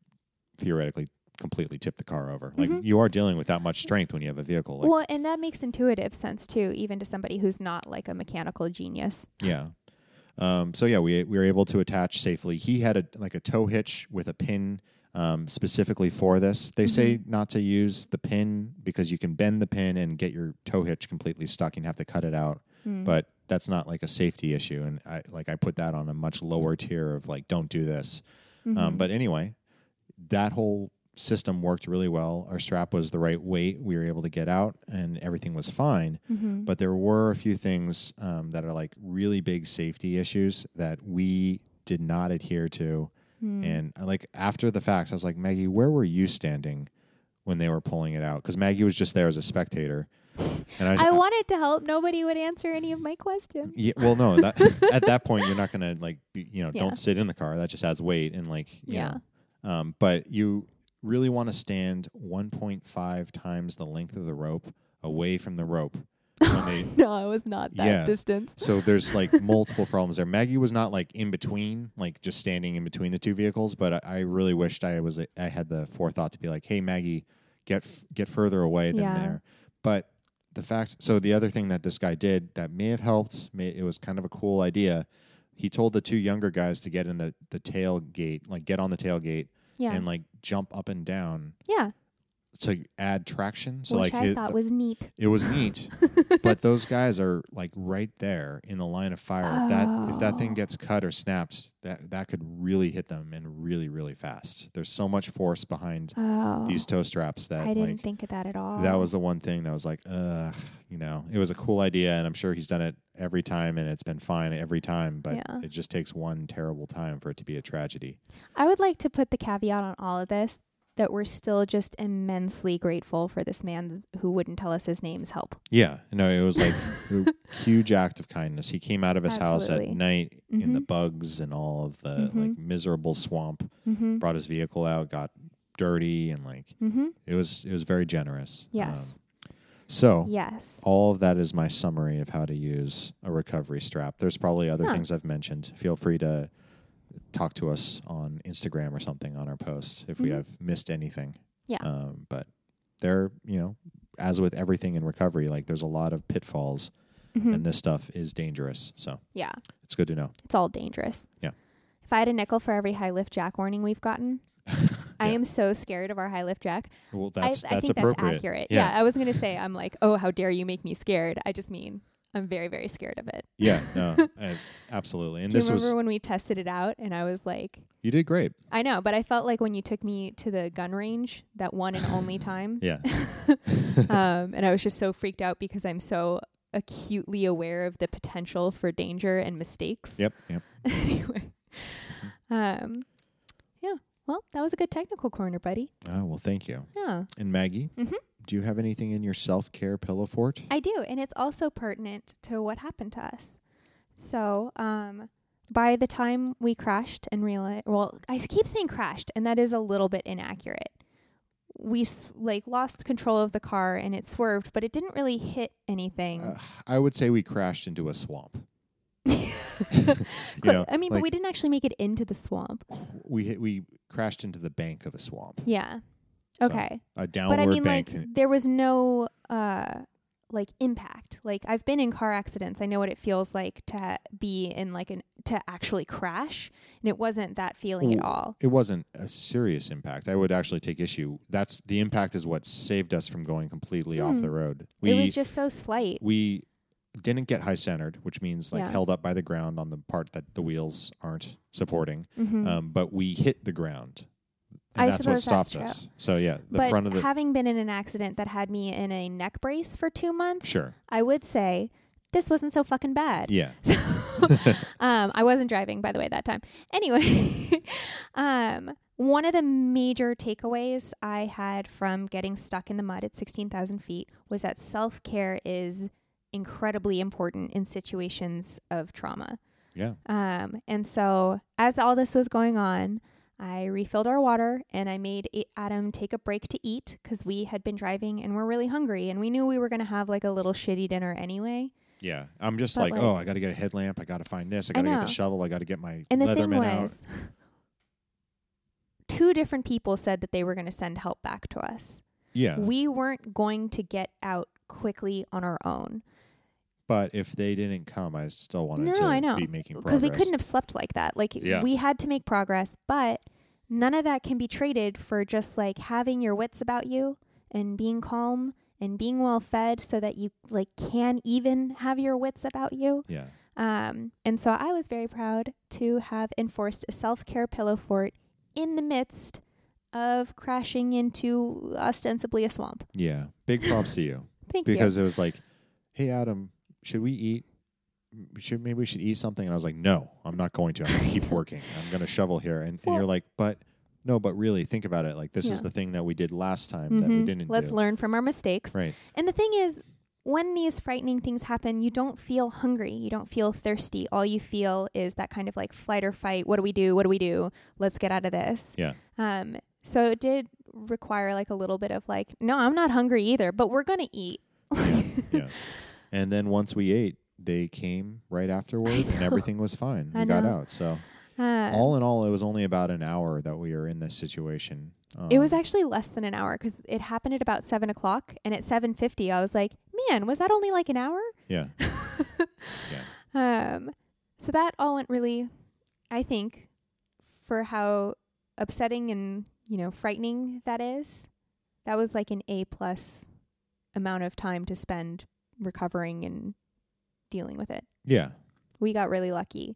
Speaker 1: theoretically completely tip the car over. Like you are dealing with that much strength when you have a vehicle. Like,
Speaker 2: well, and that makes intuitive sense too, even to somebody who's not like a mechanical genius.
Speaker 1: Yeah. Um, so yeah, we we were able to attach safely. He had a like a tow hitch with a pin um, specifically for this. They say not to use the pin because you can bend the pin and get your tow hitch completely stuck and have to cut it out.
Speaker 2: Mm-hmm.
Speaker 1: But that's not like a safety issue, and I like I put that on a much lower tier of like don't do this.
Speaker 2: Mm-hmm.
Speaker 1: Um, but anyway, that whole system worked really well. Our strap was the right weight. We were able to get out, and everything was fine.
Speaker 2: Mm-hmm.
Speaker 1: But there were a few things um, that are like really big safety issues that we did not adhere to.
Speaker 2: Mm. Mm-hmm.
Speaker 1: And uh, like after the fact, I was like, Maggie, where were you standing when they were pulling it out? Because Maggie was just there as a spectator. And
Speaker 2: I wanted to help. Nobody would answer any of my questions.
Speaker 1: yeah, well, no. That, at that point, you're not gonna like, be, you know,
Speaker 2: Yeah.
Speaker 1: don't sit in the car. That just adds weight and like, you
Speaker 2: Yeah.
Speaker 1: know. Um, but you really want to stand 1.5 times the length of the rope away from the rope. When they,
Speaker 2: No, I was not that
Speaker 1: Yeah.
Speaker 2: distance.
Speaker 1: so there's like multiple problems there. Maggie was not like in between, like just standing in between the two vehicles. But I, I really wished I was I had the forethought to be like, hey Maggie, get f- get further away than
Speaker 2: Yeah.
Speaker 1: there. But the facts. So the other thing that this guy did that may have helped. May, it was kind of a cool idea. He told the two younger guys to get in the the tailgate, like get on the tailgate
Speaker 2: Yeah.
Speaker 1: and like jump up and down
Speaker 2: yeah.
Speaker 1: to add traction. So
Speaker 2: Which
Speaker 1: like
Speaker 2: I
Speaker 1: his, uh,
Speaker 2: thought was neat.
Speaker 1: it was neat, but those guys are like right there in the line of fire. If that if that thing
Speaker 2: Oh.
Speaker 1: gets cut or snapped, that that could really hit them and really really fast. There's so much force behind
Speaker 2: Oh.
Speaker 1: these toe straps that
Speaker 2: I didn't
Speaker 1: like
Speaker 2: think of that at all.
Speaker 1: that was the one thing that was like, uh, you know, it was a cool idea, and I'm sure he's done it every time, and it's been fine every time. But
Speaker 2: Yeah.
Speaker 1: it just takes one terrible time for it to be a tragedy.
Speaker 2: I would like to put the caveat on all of this that we're still just immensely grateful for this man who wouldn't tell us his name's help.
Speaker 1: Yeah, no, it was like a huge act of kindness. He came out of his house
Speaker 2: Absolutely.
Speaker 1: at night in the
Speaker 2: Mhm.
Speaker 1: bugs and all of the like miserable swamp.
Speaker 2: Mm-hmm.
Speaker 1: Brought his vehicle out, got dirty, and like
Speaker 2: Mm-hmm.
Speaker 1: it was it was very generous.
Speaker 2: Yes.
Speaker 1: Um, so
Speaker 2: yes.
Speaker 1: all of that is my summary of how to use a recovery strap. There's probably other
Speaker 2: Yeah.
Speaker 1: things I've mentioned. Feel free to talk to us on Instagram or something on our posts if we
Speaker 2: Mhm.
Speaker 1: have missed anything.
Speaker 2: Yeah.
Speaker 1: Um, but there, you know, as with everything in recovery, like there's a lot of pitfalls,
Speaker 2: Mhm.
Speaker 1: and this stuff is dangerous. So
Speaker 2: Yeah.
Speaker 1: it's good to know.
Speaker 2: It's all dangerous.
Speaker 1: Yeah.
Speaker 2: If I had a nickel for every high lift jack warning we've gotten, I am so scared of our high lift jack.
Speaker 1: Well, that's
Speaker 2: I, I
Speaker 1: that's
Speaker 2: think
Speaker 1: appropriate.
Speaker 2: that's accurate.
Speaker 1: Yeah.
Speaker 2: Yeah. I was going to say, I'm like, oh, how dare you make me scared. I just mean, I'm very, very scared of it.
Speaker 1: Yeah. No. I- absolutely. And
Speaker 2: Do you
Speaker 1: this
Speaker 2: remember
Speaker 1: was
Speaker 2: when we tested it out and I was like,
Speaker 1: you did great.
Speaker 2: I know, but I felt like when you took me to the gun range that one and only time,
Speaker 1: Yeah.
Speaker 2: um, and I was just so freaked out because I'm so acutely aware of the potential for danger and mistakes.
Speaker 1: yep. Yep.
Speaker 2: anyway, um, yeah. Well, that was a good technical corner, buddy.
Speaker 1: Oh well, thank you.
Speaker 2: Yeah,
Speaker 1: And Maggie,
Speaker 2: Mhm.
Speaker 1: do you have anything in your self care pillow fort?
Speaker 2: I do, and it's also pertinent to what happened to us. So, um, by the time we crashed and realized, well, I keep saying crashed, and that is a little bit inaccurate. We s- like lost control of the car and it swerved, but it didn't really hit anything.
Speaker 1: Uh, I would say we crashed into a swamp. you
Speaker 2: Cl-
Speaker 1: know,
Speaker 2: I mean,
Speaker 1: like
Speaker 2: but we didn't actually make it into the swamp.
Speaker 1: we hit, we crashed into the bank of a swamp.
Speaker 2: Yeah.
Speaker 1: So,
Speaker 2: Okay.
Speaker 1: A downward
Speaker 2: but I mean,
Speaker 1: bank.
Speaker 2: like, there was no uh, like impact. Like, I've been in car accidents. I know what it feels like to ha- be in like an to actually crash, and it wasn't that feeling
Speaker 1: Ooh.
Speaker 2: at all.
Speaker 1: it wasn't a serious impact. I would actually take issue. That's the impact is what saved us from going completely off
Speaker 2: Hmm.
Speaker 1: the road. We
Speaker 2: it was just so slight.
Speaker 1: we didn't get high centered, which means like
Speaker 2: Yeah.
Speaker 1: held up by the ground on the part that the wheels aren't supporting.
Speaker 2: Mhm.
Speaker 1: Um, but we hit the ground, and
Speaker 2: I
Speaker 1: that's what
Speaker 2: suppose that's
Speaker 1: stopped
Speaker 2: true.
Speaker 1: us. So yeah, the
Speaker 2: but
Speaker 1: front of the
Speaker 2: having been in an accident that had me in a neck brace for two months,
Speaker 1: sure,
Speaker 2: I would say this wasn't so fucking bad.
Speaker 1: yeah,
Speaker 2: So, um, I wasn't driving, by the way, that time. Anyway, um, one of the major takeaways I had from getting stuck in the mud at 16,000 feet was that self care is incredibly important in situations of trauma.
Speaker 1: yeah,
Speaker 2: Um, and so, as all this was going on, I refilled our water and I made A- Adam take a break to eat because we had been driving and we're really hungry and we knew we were going to have like a little shitty dinner anyway.
Speaker 1: yeah. I'm just
Speaker 2: But,
Speaker 1: like,
Speaker 2: like-
Speaker 1: oh, I got to get a headlamp. I got to find this. I
Speaker 2: I
Speaker 1: got to get
Speaker 2: know.
Speaker 1: the shovel. I got to get my
Speaker 2: And the
Speaker 1: Leatherman
Speaker 2: thing
Speaker 1: out.
Speaker 2: was, two different people said that they were going to send help back to us.
Speaker 1: Yeah,
Speaker 2: We weren't going to get out quickly on our own
Speaker 1: but if they didn't come, I still wanted
Speaker 2: No,
Speaker 1: to
Speaker 2: no, I know.
Speaker 1: be making progress
Speaker 2: because we couldn't have slept like that. Like
Speaker 1: Yeah.
Speaker 2: we had to make progress, but none of that can be traded for just like having your wits about you and being calm and being well fed so that you like can even have your wits about you.
Speaker 1: Yeah,
Speaker 2: Um, and so I was very proud to have enforced a self care pillow fort in the midst of crashing into ostensibly a swamp.
Speaker 1: yeah. Big props to you
Speaker 2: Thank
Speaker 1: because it was like, hey, Adam, should we eat? Should maybe we should eat something? And I was like, no, I'm not going to. I'm going to keep working. I'm going to shovel here. And, and you're
Speaker 2: Well-
Speaker 1: like, but no, but really, think about it. Like this is
Speaker 2: Yeah.
Speaker 1: the thing that we did last time
Speaker 2: you.
Speaker 1: that we
Speaker 2: Mhm.
Speaker 1: didn't.
Speaker 2: Let's
Speaker 1: do.
Speaker 2: learn from our mistakes.
Speaker 1: Right.
Speaker 2: And the thing is, when these frightening things happen, you don't feel hungry. You don't feel thirsty. All you feel is that kind of like flight or fight. What do we do? What do we do? Let's get out of this.
Speaker 1: Yeah.
Speaker 2: Um, so it did require like a little bit of like, no, I'm not hungry either, but we're going to eat.
Speaker 1: yeah. And then once we ate, they came right afterward, and everything was fine. We
Speaker 2: I
Speaker 1: got
Speaker 2: know.
Speaker 1: out. So
Speaker 2: Uh,
Speaker 1: all in all, it was only about an hour that we were in this situation. Um,
Speaker 2: It was actually less than an hour because it happened at about seven o'clock, and at seven fifty, I was like, "Man, was that only like an hour?"
Speaker 1: yeah,
Speaker 2: Um, so that all went really, I think, for how upsetting and you know frightening that is. That was like an A plus amount of time to spend recovering and dealing with it.
Speaker 1: yeah,
Speaker 2: We got really lucky.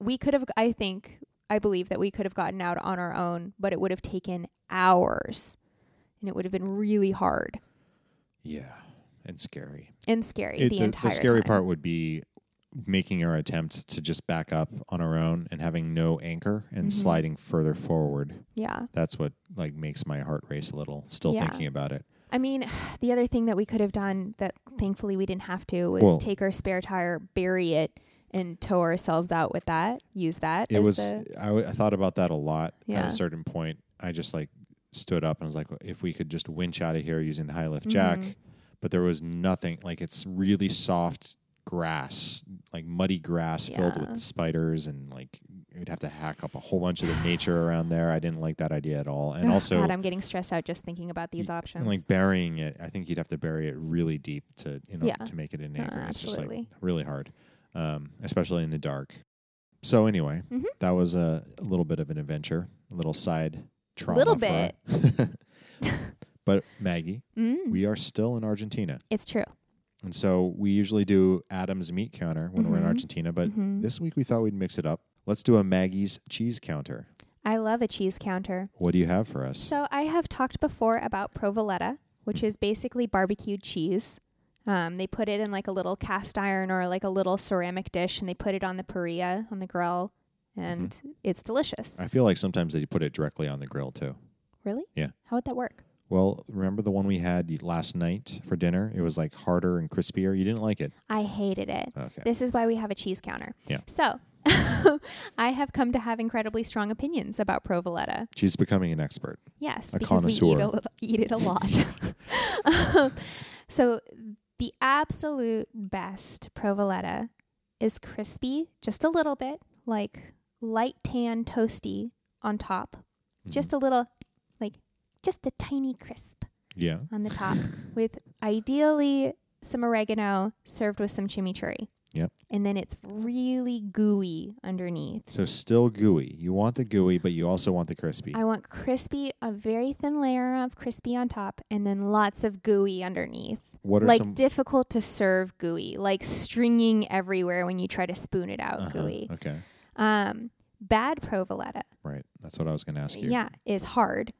Speaker 2: We could have, I think, I believe that we could have gotten out on our own, but it would have taken hours, and it would have been really hard.
Speaker 1: yeah, and scary.
Speaker 2: and scary
Speaker 1: It-
Speaker 2: the, entire
Speaker 1: scary
Speaker 2: time.
Speaker 1: part would be making our attempt to just back up on our own and having no anchor and
Speaker 2: Mhm.
Speaker 1: sliding further forward.
Speaker 2: Yeah.
Speaker 1: That's what like makes my heart race a little. Still
Speaker 2: Yeah.
Speaker 1: thinking about it.
Speaker 2: I mean, the other thing that we could have done that thankfully we didn't have to was
Speaker 1: Well-
Speaker 2: take our spare tire, bury it, and tow ourselves out with that. Use that.
Speaker 1: it
Speaker 2: as
Speaker 1: was
Speaker 2: the-
Speaker 1: I, w- I thought about that a lot at
Speaker 2: Yeah.
Speaker 1: a certain point i just like stood up and was like if we could just winch out of here using the high lift jack
Speaker 2: Mhm.
Speaker 1: but there was nothing like it's really soft grass like muddy grass filled
Speaker 2: Yeah.
Speaker 1: with spiders and like you'd have to hack up a whole bunch of the nature around there i didn't like that idea at all and
Speaker 2: Ugh,
Speaker 1: also
Speaker 2: God, I'm getting stressed out just thinking about these options.
Speaker 1: and like burying it i think you'd have to bury it really deep to you know
Speaker 2: Yeah.
Speaker 1: to make it an
Speaker 2: No,
Speaker 1: acre it's just like
Speaker 2: absolutely.
Speaker 1: really hard um, especially in the dark so anyway
Speaker 2: Mhm.
Speaker 1: that was a, a little bit of an adventure a little side trauma
Speaker 2: Little
Speaker 1: for us. but maggie
Speaker 2: mm,
Speaker 1: we are still in argentina
Speaker 2: it's true.
Speaker 1: and so we usually do adam's meat counter when we're in
Speaker 2: Mhm.
Speaker 1: argentina but
Speaker 2: Mhm.
Speaker 1: this week we thought we'd mix it up let's do a maggie's cheese counter
Speaker 2: I love a cheese counter.
Speaker 1: what do you have for us
Speaker 2: So I have talked before about provoletta, which is basically barbecued cheese. Um, they put it in like a little cast iron or like a little ceramic dish, and they put it on the parrilla on the grill, and
Speaker 1: Mm-hmm.
Speaker 2: it's delicious.
Speaker 1: i feel like sometimes they put it directly on the grill too
Speaker 2: Really?
Speaker 1: Yeah.
Speaker 2: How would that work?
Speaker 1: Well, remember the one we had last night for dinner? It was like harder and crispier. You didn't like it.
Speaker 2: I hated it.
Speaker 1: Okay.
Speaker 2: This is why we have a cheese counter.
Speaker 1: Yeah.
Speaker 2: So I have come to have incredibly strong opinions about provoletta.
Speaker 1: She's becoming an expert.
Speaker 2: Yes,
Speaker 1: A
Speaker 2: because we eat, a
Speaker 1: connoisseur.
Speaker 2: little, eat it a lot. um, so the absolute best provoletta is crispy, just a little bit, like light tan toasty on top.
Speaker 1: Mm-hmm.
Speaker 2: Just a little, like just a tiny crisp.
Speaker 1: Yeah.
Speaker 2: on the top with ideally some oregano served with some chimichurri.
Speaker 1: Yep.
Speaker 2: And then it's really gooey underneath.
Speaker 1: So still gooey. You want the gooey, but you also want the crispy.
Speaker 2: I want crispy, a very thin layer of crispy on top, and then lots of gooey underneath.
Speaker 1: What are
Speaker 2: like
Speaker 1: some
Speaker 2: difficult to serve gooey, like stringing everywhere when you try to spoon it out
Speaker 1: Uh-huh,
Speaker 2: gooey.
Speaker 1: Okay,
Speaker 2: Um, bad provoletta,
Speaker 1: right. That's what I was going to ask you.
Speaker 2: yeah, is hard,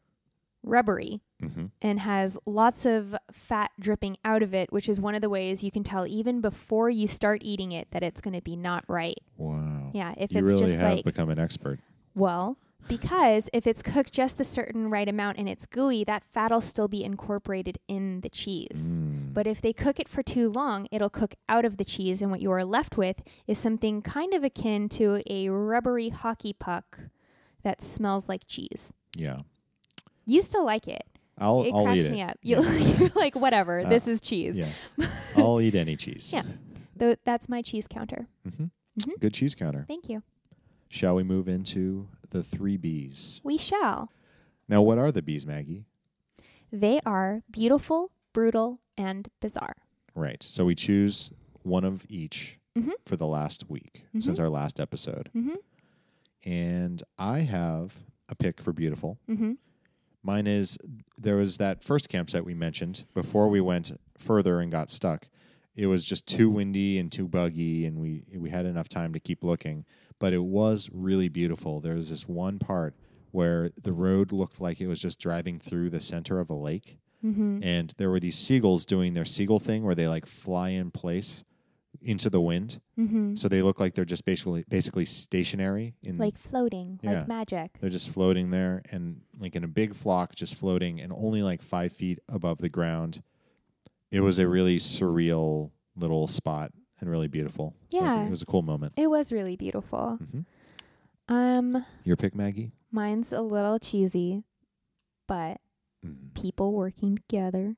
Speaker 2: rubbery,
Speaker 1: hmm
Speaker 2: and has lots of fat dripping out of it, which is one of the ways you can tell even before you start eating it that it's going to be not right.
Speaker 1: Wow.
Speaker 2: Yeah, if
Speaker 1: you
Speaker 2: it's
Speaker 1: really
Speaker 2: just
Speaker 1: have
Speaker 2: like
Speaker 1: become an expert.
Speaker 2: well, because if it's cooked just the certain right amount and it's gooey, that fat'll still be incorporated in the cheese.
Speaker 1: Mm.
Speaker 2: But if they cook it for too long, it'll cook out of the cheese, and what you are left with is something kind of akin to a rubbery hockey puck that smells like cheese.
Speaker 1: yeah,
Speaker 2: You still like it.
Speaker 1: I'll
Speaker 2: it
Speaker 1: I'll
Speaker 2: cracks
Speaker 1: eat
Speaker 2: me
Speaker 1: it.
Speaker 2: up. You,
Speaker 1: Yeah.
Speaker 2: you're like, whatever,
Speaker 1: Uh,
Speaker 2: this is cheese.
Speaker 1: yeah, I'll eat any cheese.
Speaker 2: Yeah. Tho- that's my cheese counter.
Speaker 1: hmm
Speaker 2: Mhm.
Speaker 1: Good cheese counter.
Speaker 2: Thank you.
Speaker 1: Shall we move into the three B's?
Speaker 2: We shall.
Speaker 1: Now, what are the B's, Maggie?
Speaker 2: They are beautiful, brutal, and bizarre.
Speaker 1: Right. So we choose one of each
Speaker 2: Mhm.
Speaker 1: for the last week since our last episode,
Speaker 2: Mm-hmm.
Speaker 1: and I have a pick for beautiful.
Speaker 2: Mm-hmm.
Speaker 1: Mine is there was that first campsite we mentioned before we went further and got stuck. It was just too windy and too buggy, and we we had enough time to keep looking. But it was really beautiful. There was this one part where the road looked like it was just driving through the center of a lake,
Speaker 2: Mm-hmm.
Speaker 1: and there were these seagulls doing their seagull thing where they like fly in place into the wind,
Speaker 2: Mm-hmm.
Speaker 1: so they look like they're just basically basically stationary in
Speaker 2: Like floating,
Speaker 1: Mm. Yeah.
Speaker 2: like magic.
Speaker 1: they're just floating there and like in a big flock, just floating and only like five feet above the ground. It was a really surreal little spot and really beautiful. Like,
Speaker 2: Yeah.
Speaker 1: it was a cool moment.
Speaker 2: It was really beautiful.
Speaker 1: Mhm.
Speaker 2: Um,
Speaker 1: Your pick, Maggie?
Speaker 2: mine's a little cheesy, but people working together.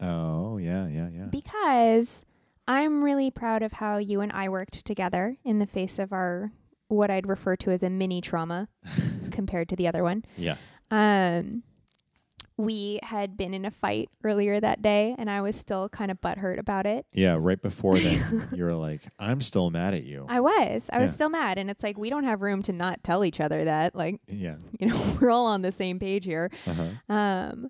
Speaker 1: Mm-hmm. Oh, yeah, yeah, yeah.
Speaker 2: Because I'm really proud of how you and I worked together in the face of our what I'd refer to as a mini trauma compared to the other one.
Speaker 1: yeah.
Speaker 2: Um, we had been in a fight earlier that day, and I was still kind of butthurt about it.
Speaker 1: Yeah. Right before then, you were like, I'm still mad at you.
Speaker 2: I was, I was
Speaker 1: Yeah.
Speaker 2: still mad, and it's like we don't have room to not tell each other that. Like,
Speaker 1: yeah.
Speaker 2: you know, we're all on the same page here.
Speaker 1: Uh-huh.
Speaker 2: Um,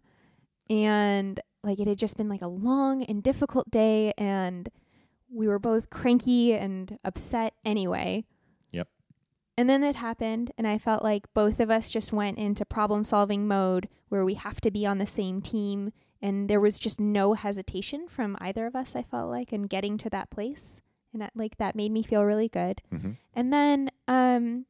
Speaker 2: and like it had just been like a long and difficult day, and we were both cranky and upset anyway.
Speaker 1: Yep.
Speaker 2: And then it happened, and I felt like both of us just went into problem solving mode where we have to be on the same team. And there was just no hesitation from either of us, I felt like, in getting to that place. And that, like, that made me feel really good.
Speaker 1: Mhm.
Speaker 2: And then um,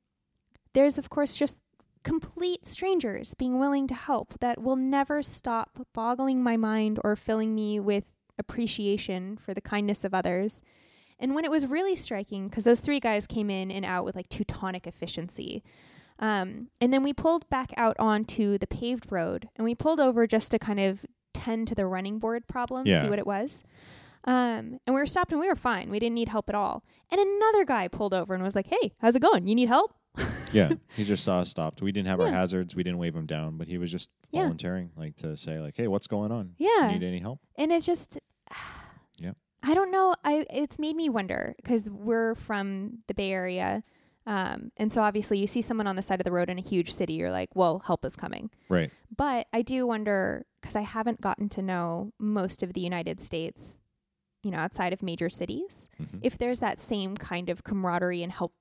Speaker 2: there's, of course, just complete strangers being willing to help that will never stop boggling my mind or filling me with appreciation for the kindness of others. And when it was really striking, because those three guys came in and out with like Teutonic efficiency. Um, and then we pulled back out onto the paved road and we pulled over just to kind of tend to the running board problem,
Speaker 1: Yeah.
Speaker 2: see what it was. Um, and we were stopped and we were fine. We didn't need help at all. And another guy pulled over and was like, Hey, how's it going? You need help?
Speaker 1: Yeah. He just saw us stopped. We didn't have our
Speaker 2: Yeah.
Speaker 1: hazards. We didn't wave him down, but he was just
Speaker 2: Yeah.
Speaker 1: volunteering, like to say, like, hey, what's going on?
Speaker 2: Yeah.
Speaker 1: Need any help?
Speaker 2: and it's just
Speaker 1: Yep.
Speaker 2: i don't know i it's made me wonder because we're from the bay area um, and so obviously you see someone on the side of the road in a huge city you're like well help is coming
Speaker 1: Right.
Speaker 2: but i do wonder because i haven't gotten to know most of the united states you know outside of major cities
Speaker 1: Mhm.
Speaker 2: if there's that same kind of camaraderie and help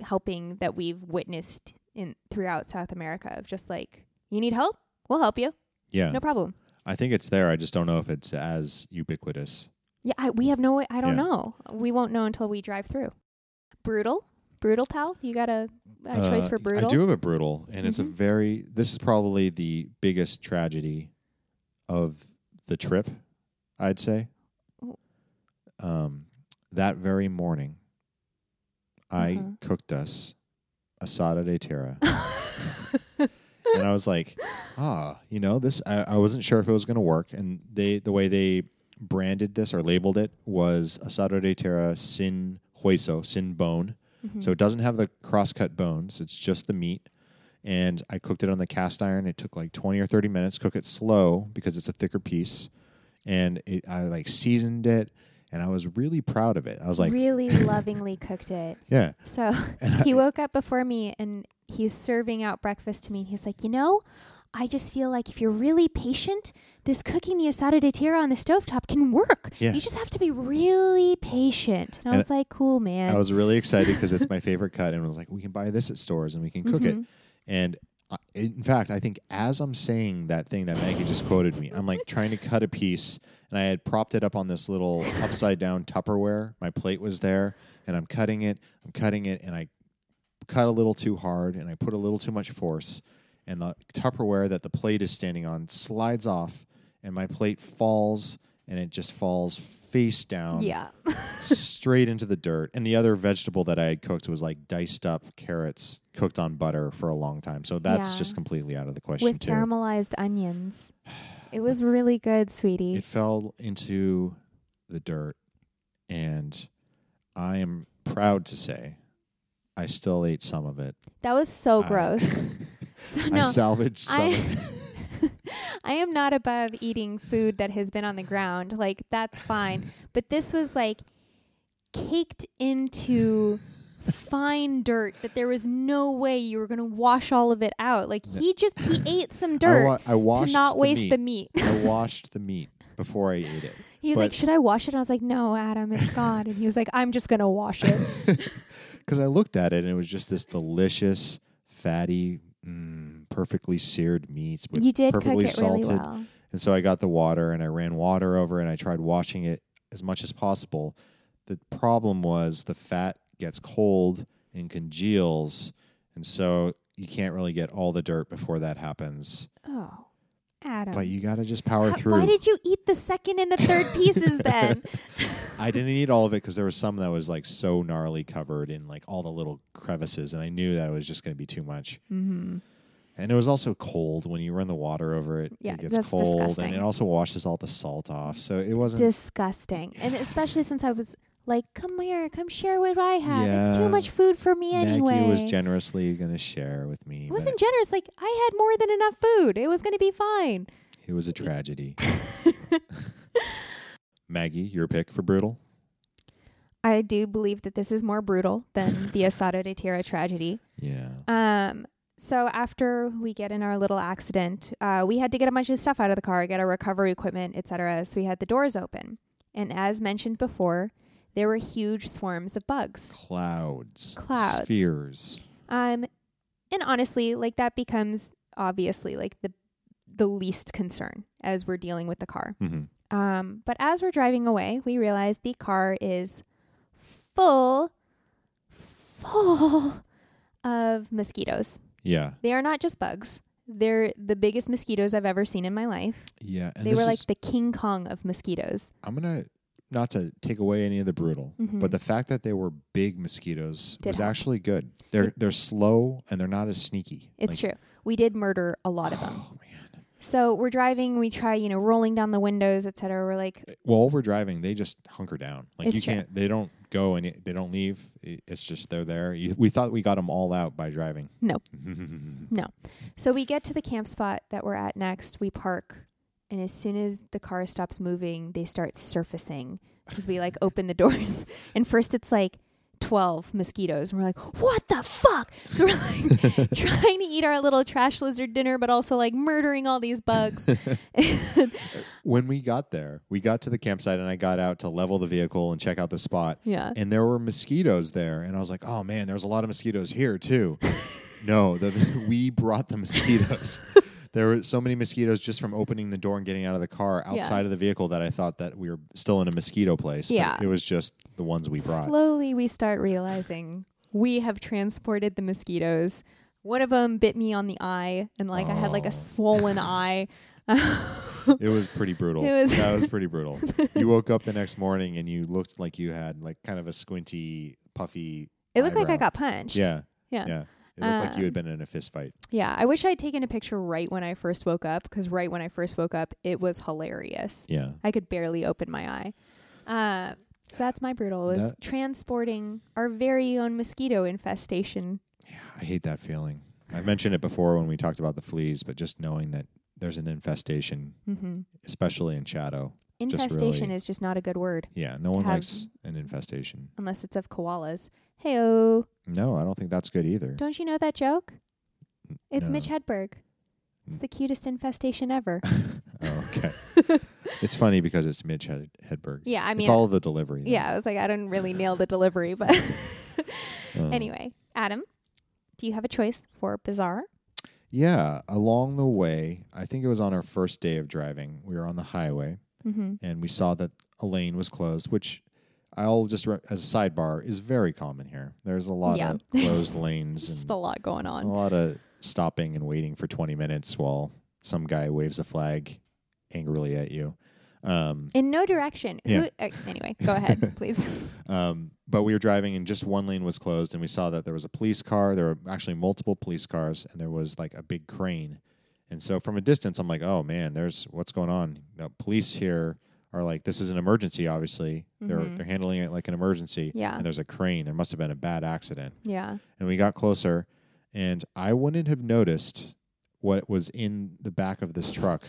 Speaker 2: helping that we've witnessed in throughout south america of just like you need help we'll help you
Speaker 1: Yeah.
Speaker 2: no problem
Speaker 1: I think it's there. I just don't know if it's as ubiquitous.
Speaker 2: Yeah, I, we have no way. I don't
Speaker 1: Yeah.
Speaker 2: know. We won't know until we drive through. Brutal, brutal pal. You got a, a choice
Speaker 1: Uh,
Speaker 2: for brutal.
Speaker 1: I do have a brutal, and it's a
Speaker 2: Mhm.
Speaker 1: very. This is probably the biggest tragedy of the trip. I'd say.
Speaker 2: Oh.
Speaker 1: Um, that very morning, I
Speaker 2: Uh-huh.
Speaker 1: cooked us asada de terra, and I was like, ah, you know, this. I, I wasn't sure if it was going to work, and they the way they branded this or labeled it was asada de terra sin hueso, sin bone.
Speaker 2: Mhm.
Speaker 1: So it doesn't have the crosscut bones. It's just the meat. And I cooked it on the cast iron. It took like 20 or 30 minutes. Cook it slow because it's a thicker piece. And it, I like seasoned it. And I was really proud of it. I was like,
Speaker 2: really lovingly cooked it.
Speaker 1: yeah.
Speaker 2: So
Speaker 1: And I-
Speaker 2: he woke up before me and he's serving out breakfast to me. And he's like, you know, I just feel like if you're really patient, this cooking the asada de tira on the stovetop can work.
Speaker 1: Yeah.
Speaker 2: You just have to be really patient. And, I
Speaker 1: And
Speaker 2: was like, cool, man.
Speaker 1: I was really excited because it's my favorite cut, and I was like, we can buy this at stores and we can cook it. And I, in fact, I think as I'm saying that thing that Maggie just quoted me, I'm like trying to cut a piece, and I had propped it up on this little upside down Tupperware. My plate was there, and I'm cutting it, I'm cutting it, and I cut a little too hard, and I put a little too much force, and the Tupperware that the plate is standing on slides off, and my plate falls, and it just falls face down
Speaker 2: yeah.
Speaker 1: straight into the dirt. And the other vegetable that I had cooked was like diced up carrots cooked on butter for a long time. So that's
Speaker 2: Yeah.
Speaker 1: just completely out of the question
Speaker 2: With
Speaker 1: too.
Speaker 2: caramelized onions. It was really good, sweetie.
Speaker 1: It fell into the dirt and I am proud to say I still ate some of it.
Speaker 2: that was so
Speaker 1: I-
Speaker 2: Oh, gross. so
Speaker 1: Uh, I
Speaker 2: no,
Speaker 1: salvaged some
Speaker 2: I-
Speaker 1: of it.
Speaker 2: I am not above eating food that has been on the ground. Like that's fine. But this was like caked into fine dirt that there was no way you were going to wash all of it out. Like he just he ate some
Speaker 1: I,
Speaker 2: dirt
Speaker 1: wa- I washed
Speaker 2: to not
Speaker 1: the
Speaker 2: waste
Speaker 1: meat.
Speaker 2: the meat.
Speaker 1: I washed the meat before I ate it.
Speaker 2: He was
Speaker 1: But-
Speaker 2: like, "Should I wash it?" And I was like, "No, Adam, it's gone." And he was like, "I'm just going to wash it."
Speaker 1: because I looked at it and it was just this delicious, fatty, mm, perfectly seared meat with
Speaker 2: you did cook it
Speaker 1: perfectly
Speaker 2: really
Speaker 1: salted.
Speaker 2: well.
Speaker 1: And so I got the water and I ran water over it and I tried washing it as much as possible. The problem was the fat gets cold and congeals, and so you can't really get all the dirt before that happens.
Speaker 2: Oh, Adam.
Speaker 1: But you got to just power
Speaker 2: How-
Speaker 1: through.
Speaker 2: Why did you eat the second and the third pieces then?
Speaker 1: I didn't eat all of it because there was some that was like so gnarly covered in like all the little crevices, and I knew that it was just going to be too much.
Speaker 2: mm-hmm.
Speaker 1: And it was also cold when you run the water over it.
Speaker 2: Yeah,
Speaker 1: it gets
Speaker 2: that's
Speaker 1: cold,
Speaker 2: disgusting.
Speaker 1: and it also washes all the salt off. So it wasn't.
Speaker 2: disgusting. And especially since I was like, come here, come share what I have. It's
Speaker 1: Yeah.
Speaker 2: too much food for me
Speaker 1: Maggie
Speaker 2: anyway.
Speaker 1: was generously going to share with me.
Speaker 2: It
Speaker 1: but
Speaker 2: wasn't generous. Like, I had more than enough food. It was going to be fine.
Speaker 1: it was a tragedy. Maggie, your pick for brutal.
Speaker 2: I do believe that this is more brutal than the Asado de Tierra tragedy.
Speaker 1: Yeah.
Speaker 2: Um, so after we get in our little accident, uh, we had to get a bunch of stuff out of the car, get our recovery equipment, etc. So we had the doors open, and as mentioned before, there were huge swarms of bugs.
Speaker 1: Clouds.
Speaker 2: Clouds.
Speaker 1: Spheres.
Speaker 2: Um, and honestly, like that becomes obviously like the the least concern as we're dealing with the car.
Speaker 1: hmm
Speaker 2: Um, but as we're driving away, we realize the car is full, full of mosquitoes.
Speaker 1: Yeah.
Speaker 2: They are not just bugs. They're the biggest mosquitoes I've ever seen in my life.
Speaker 1: Yeah. And
Speaker 2: they
Speaker 1: this
Speaker 2: were like
Speaker 1: is-
Speaker 2: the King Kong of mosquitoes.
Speaker 1: I'm going to, not to take away any of the brutal,
Speaker 2: Mhm.
Speaker 1: but the fact that they were big mosquitoes
Speaker 2: Did
Speaker 1: was
Speaker 2: help.
Speaker 1: actually good. They're, they're slow and they're not as sneaky.
Speaker 2: It's
Speaker 1: Like-
Speaker 2: true. We did murder a lot of them.
Speaker 1: Oh, man.
Speaker 2: So we're driving, we try, you know, rolling down the windows, et cetera. We're like,
Speaker 1: while we're driving, they just hunker down. Like
Speaker 2: It's
Speaker 1: you
Speaker 2: true.
Speaker 1: can't. They don't go and they don't leave. I- It's just they're there. You, we thought we got them all out by driving.
Speaker 2: No. So we get to the camp spot that we're at next. We park, and as soon as the car stops moving, they start surfacing because we like open the doors. And first, it's like twelve mosquitoes, and we're like, "What the fuck?" So we're like trying to eat our little trash lizard dinner, but also like murdering all these bugs.
Speaker 1: when we got there, we got to the campsite and I got out to level the vehicle and check out the spot.
Speaker 2: yeah.
Speaker 1: And there were mosquitoes there, and I was like, "Oh man, there's a lot of mosquitoes here too." no, the, we brought the mosquitoes. there were so many mosquitoes just from opening the door and getting out of the car
Speaker 2: Yeah.
Speaker 1: outside of the vehicle that I thought that we were still in a mosquito place. but
Speaker 2: Yeah.
Speaker 1: it was just the ones we brought.
Speaker 2: Slowly, we start realizing we have transported the mosquitoes. One of them bit me on the eye, and like I had like
Speaker 1: Oh.
Speaker 2: a swollen eye.
Speaker 1: It was pretty brutal.
Speaker 2: It was-
Speaker 1: that was pretty brutal. You woke up the next morning and you looked like you had like kind of a squinty, puffy.
Speaker 2: It looked like I
Speaker 1: Eyebrow.
Speaker 2: got punched.
Speaker 1: Yeah,
Speaker 2: Yeah. Um,
Speaker 1: yeah. It looked like you had been in a fist fight.
Speaker 2: Yeah, I wish I had taken a picture right when I first woke up because right when I first woke up, it was hilarious.
Speaker 1: Yeah,
Speaker 2: I could barely open my eye. Uh, so that's my brutal was
Speaker 1: That-
Speaker 2: transporting our very own mosquito infestation.
Speaker 1: I hate that feeling. I mentioned it before when we talked about the fleas, but just knowing that there's an infestation,
Speaker 2: Mm-hmm.
Speaker 1: especially in shadow. really-
Speaker 2: Infestation is just not a good word
Speaker 1: Yeah, no one
Speaker 2: Have-
Speaker 1: likes an infestation.
Speaker 2: unless it's of koalas. Heyo,
Speaker 1: No, I don't think that's good either.
Speaker 2: don't you know that joke? It's
Speaker 1: No.
Speaker 2: Mitch Hedberg. It's the cutest infestation ever.
Speaker 1: Oh, okay. it's funny because it's Mitch Hed- Hedberg.
Speaker 2: Yeah, I mean,
Speaker 1: it's all the delivery. though.
Speaker 2: yeah, I was like, I didn't really nail the delivery, but
Speaker 1: Um,
Speaker 2: anyway, Adam, do you have a choice for bizarre?
Speaker 1: Yeah, along the way, I think it was on our first day of driving. We were on the highway
Speaker 2: Mm-hmm.
Speaker 1: and we saw that a lane was closed, which I'll just re- as a sidebar is very common here. There's a lot
Speaker 2: Yeah.
Speaker 1: of closed lanes
Speaker 2: It's
Speaker 1: and
Speaker 2: just a lot going
Speaker 1: a
Speaker 2: on.
Speaker 1: lot of stopping and waiting for 20 minutes while some guy waves a flag angrily at you. Um,
Speaker 2: In no direction.
Speaker 1: Yeah.
Speaker 2: Who, uh, anyway, go ahead, please.
Speaker 1: um, but we were driving and just one lane was closed, and we saw that there was a police car. There were actually multiple police cars, and there was like a big crane. And so from a distance, I'm like, oh man, there's what's going on. You know, police here are like, this is an emergency. Obviously, they're
Speaker 2: Mhm.
Speaker 1: they're handling it like an emergency.
Speaker 2: Yeah.
Speaker 1: And there's a crane. There must have been a bad accident.
Speaker 2: Yeah.
Speaker 1: And we got closer, and I wouldn't have noticed what was in the back of this truck,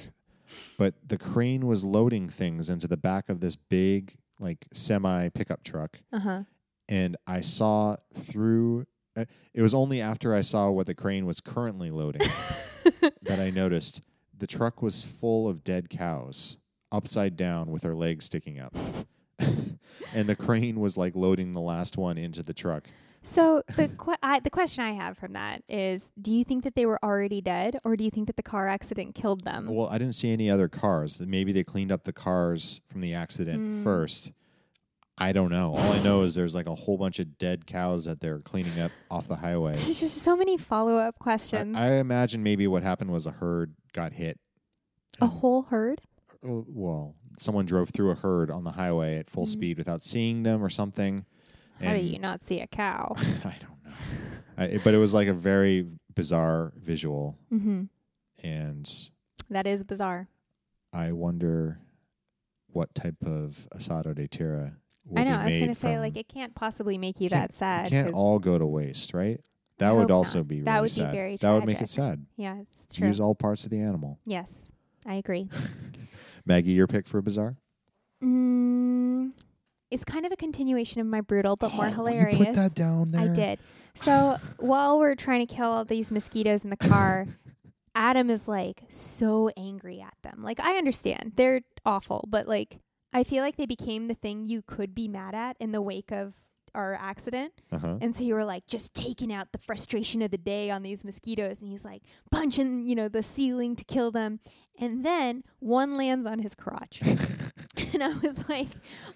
Speaker 1: but the crane was loading things into the back of this big like semi pickup truck
Speaker 2: Uh huh.
Speaker 1: and I saw through. uh, It was only after I saw what the crane was currently loading that I noticed the truck was full of dead cows, upside down with their legs sticking up, and the crane was like loading the last one into the truck.
Speaker 2: So the que- I, the question I have from that is: Do you think that they were already dead, or do you think that the car accident killed them?
Speaker 1: Um, Well, I didn't see any other cars. Maybe they cleaned up the cars from the accident
Speaker 2: Mm.
Speaker 1: first. I don't know. All I know is there's like a whole bunch of dead cows that they're cleaning up off the highway.
Speaker 2: There's just so many follow up questions.
Speaker 1: I, I imagine maybe what happened was a herd got hit.
Speaker 2: a
Speaker 1: and-
Speaker 2: whole herd?
Speaker 1: Oh, well, someone drove through a herd on the highway at full
Speaker 2: Mhm.
Speaker 1: speed without seeing them or something.
Speaker 2: How do
Speaker 1: and-
Speaker 2: you not see a cow?
Speaker 1: I don't know. I, it- but it was like a very bizarre visual,
Speaker 2: mm-hmm.
Speaker 1: and
Speaker 2: That is bizarre.
Speaker 1: I wonder what type of asado de tira will
Speaker 2: I know.
Speaker 1: be
Speaker 2: I was
Speaker 1: made
Speaker 2: gonna say like
Speaker 1: from-
Speaker 2: it can't possibly make you
Speaker 1: Can't-
Speaker 2: that sad.
Speaker 1: It can't
Speaker 2: 'cause-
Speaker 1: all go to waste, right? That
Speaker 2: I
Speaker 1: would
Speaker 2: hope not.
Speaker 1: also be
Speaker 2: That
Speaker 1: really
Speaker 2: would be
Speaker 1: sad.
Speaker 2: very
Speaker 1: that would make it
Speaker 2: tragic.
Speaker 1: sad.
Speaker 2: yeah, it's true.
Speaker 1: Use all parts of the animal.
Speaker 2: yes, I agree.
Speaker 1: Maggie, your pick for a bizarre?
Speaker 2: Mm, it's kind of a continuation of my brutal, but more
Speaker 1: Oh, will
Speaker 2: hilarious.
Speaker 1: You put that down there.
Speaker 2: I did. So while we're trying to kill all these mosquitoes in the car, Adam is like so angry at them. Like I understand they're awful, but like I feel like they became the thing you could be mad at in the wake of our accident.
Speaker 1: Uh huh.
Speaker 2: And so you were like just taking out the frustration of the day on these mosquitoes, and he's like punching, you know, the ceiling to kill them. And then one lands on his crotch. and I was like,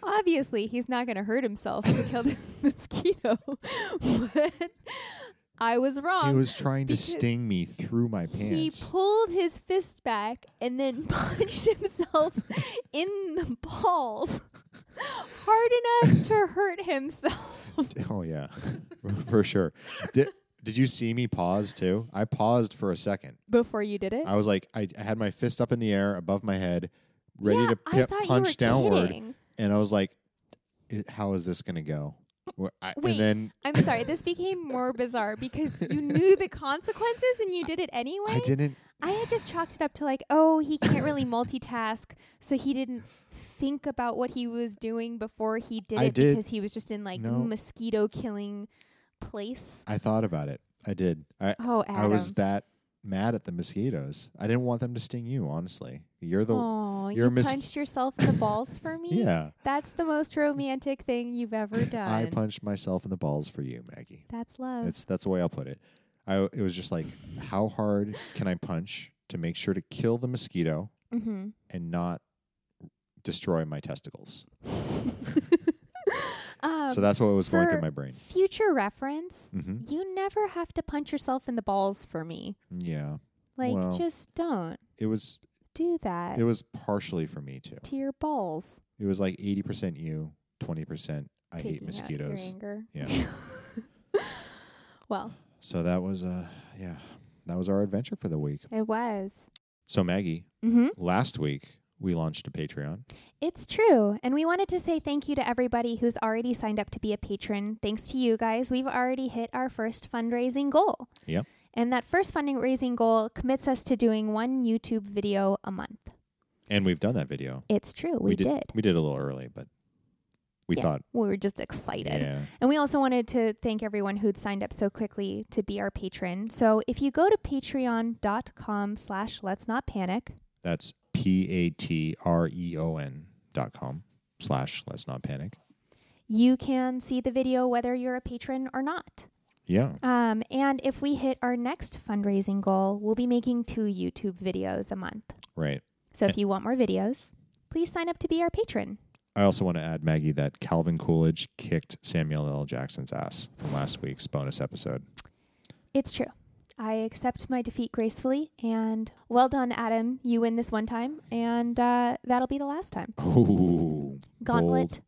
Speaker 2: obviously, he's not going to hurt himself to kill this mosquito. but I was wrong.
Speaker 1: He was trying to
Speaker 2: because
Speaker 1: sting me through my
Speaker 2: he
Speaker 1: pants.
Speaker 2: pulled his fist back and then punched himself in the balls hard enough to hurt himself.
Speaker 1: oh yeah, for sure. Did, did you see me pause too? I paused for a second.
Speaker 2: Before you did it?
Speaker 1: I was like, I, I had my fist up in the air above my head, ready
Speaker 2: yeah,
Speaker 1: to
Speaker 2: I
Speaker 1: pi-
Speaker 2: thought you
Speaker 1: punch
Speaker 2: were
Speaker 1: downward,
Speaker 2: kidding.
Speaker 1: and I was like, "I- how is this gonna go? Wh- I,
Speaker 2: Wait.
Speaker 1: and then
Speaker 2: I'm sorry, this became more bizarre because you knew the consequences and you did it anyway.
Speaker 1: I didn't.
Speaker 2: I had just chalked it up to like, oh, he can't really multitask, so he didn't think about what he was doing before he did
Speaker 1: I
Speaker 2: it
Speaker 1: did.
Speaker 2: because he was just in like
Speaker 1: No.
Speaker 2: mosquito killing place.
Speaker 1: I thought about it. I did. I
Speaker 2: Oh, Adam.
Speaker 1: I was that mad at the mosquitoes. I didn't want them to sting you. Honestly, you're the
Speaker 2: oh,
Speaker 1: you're
Speaker 2: you
Speaker 1: a mis-
Speaker 2: punched yourself in the balls for me.
Speaker 1: yeah.
Speaker 2: That's the most romantic thing you've ever done.
Speaker 1: I punched myself in the balls for you, Maggie.
Speaker 2: That's love.
Speaker 1: That's that's the way I'll put it. I it was just like, how hard can I punch to make sure to kill the mosquito
Speaker 2: mm-hmm.
Speaker 1: and not destroy my testicles?
Speaker 2: um,
Speaker 1: so that's what was going
Speaker 2: for-
Speaker 1: through my brain.
Speaker 2: future reference.
Speaker 1: hmm
Speaker 2: You never have to punch yourself in the balls for me.
Speaker 1: Yeah,
Speaker 2: Like,
Speaker 1: Well.
Speaker 2: just don't
Speaker 1: it was
Speaker 2: do that
Speaker 1: it was partially for me too.
Speaker 2: to your balls.
Speaker 1: It was like eighty percent you, twenty percent I hate
Speaker 2: taking out your
Speaker 1: mosquitoes.
Speaker 2: anger.
Speaker 1: Yeah.
Speaker 2: well,
Speaker 1: So that was uh yeah, that was our adventure for the week.
Speaker 2: it was.
Speaker 1: So Maggie,
Speaker 2: Mm-hmm.
Speaker 1: last week we launched a Patreon.
Speaker 2: It's true. And we wanted to say thank you to everybody who's already signed up to be a patron. Thanks to you guys, we've already hit our first fundraising goal.
Speaker 1: Yep.
Speaker 2: And that first fundraising goal commits us to doing one YouTube video a month.
Speaker 1: And we've done that video.
Speaker 2: It's true. We, did.
Speaker 1: We did a little early, but We
Speaker 2: Yeah,
Speaker 1: thought,
Speaker 2: we were just excited.
Speaker 1: yeah,
Speaker 2: And we also wanted to thank everyone who'd signed up so quickly to be our patron. So if you go to patreon.com slash let's not panic,
Speaker 1: that's P A T R E O N dot com slash let's not panic.
Speaker 2: you can see the video whether you're a patron or not.
Speaker 1: Yeah.
Speaker 2: Um, and if we hit our next fundraising goal, we'll be making two YouTube videos a month.
Speaker 1: Right.
Speaker 2: So if you want more videos, please sign up to be our patron.
Speaker 1: I also want to add, Maggie, that Calvin Coolidge kicked Samuel L. Jackson's ass from last week's bonus episode.
Speaker 2: It's true. I accept my defeat gracefully. And well done, Adam. You win this one time. And uh, that'll be the last time.
Speaker 1: Oh,
Speaker 2: Gauntlet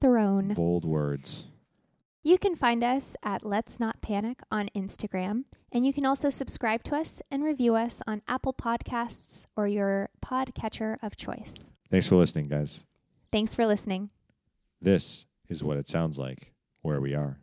Speaker 2: thrown.
Speaker 1: bold, bold words.
Speaker 2: You can find us at Let's Not Panic on Instagram, and you can also subscribe to us and review us on Apple Podcasts or your podcatcher of choice.
Speaker 1: Thanks for listening, guys.
Speaker 2: Thanks for listening.
Speaker 1: This is what it sounds like where we are.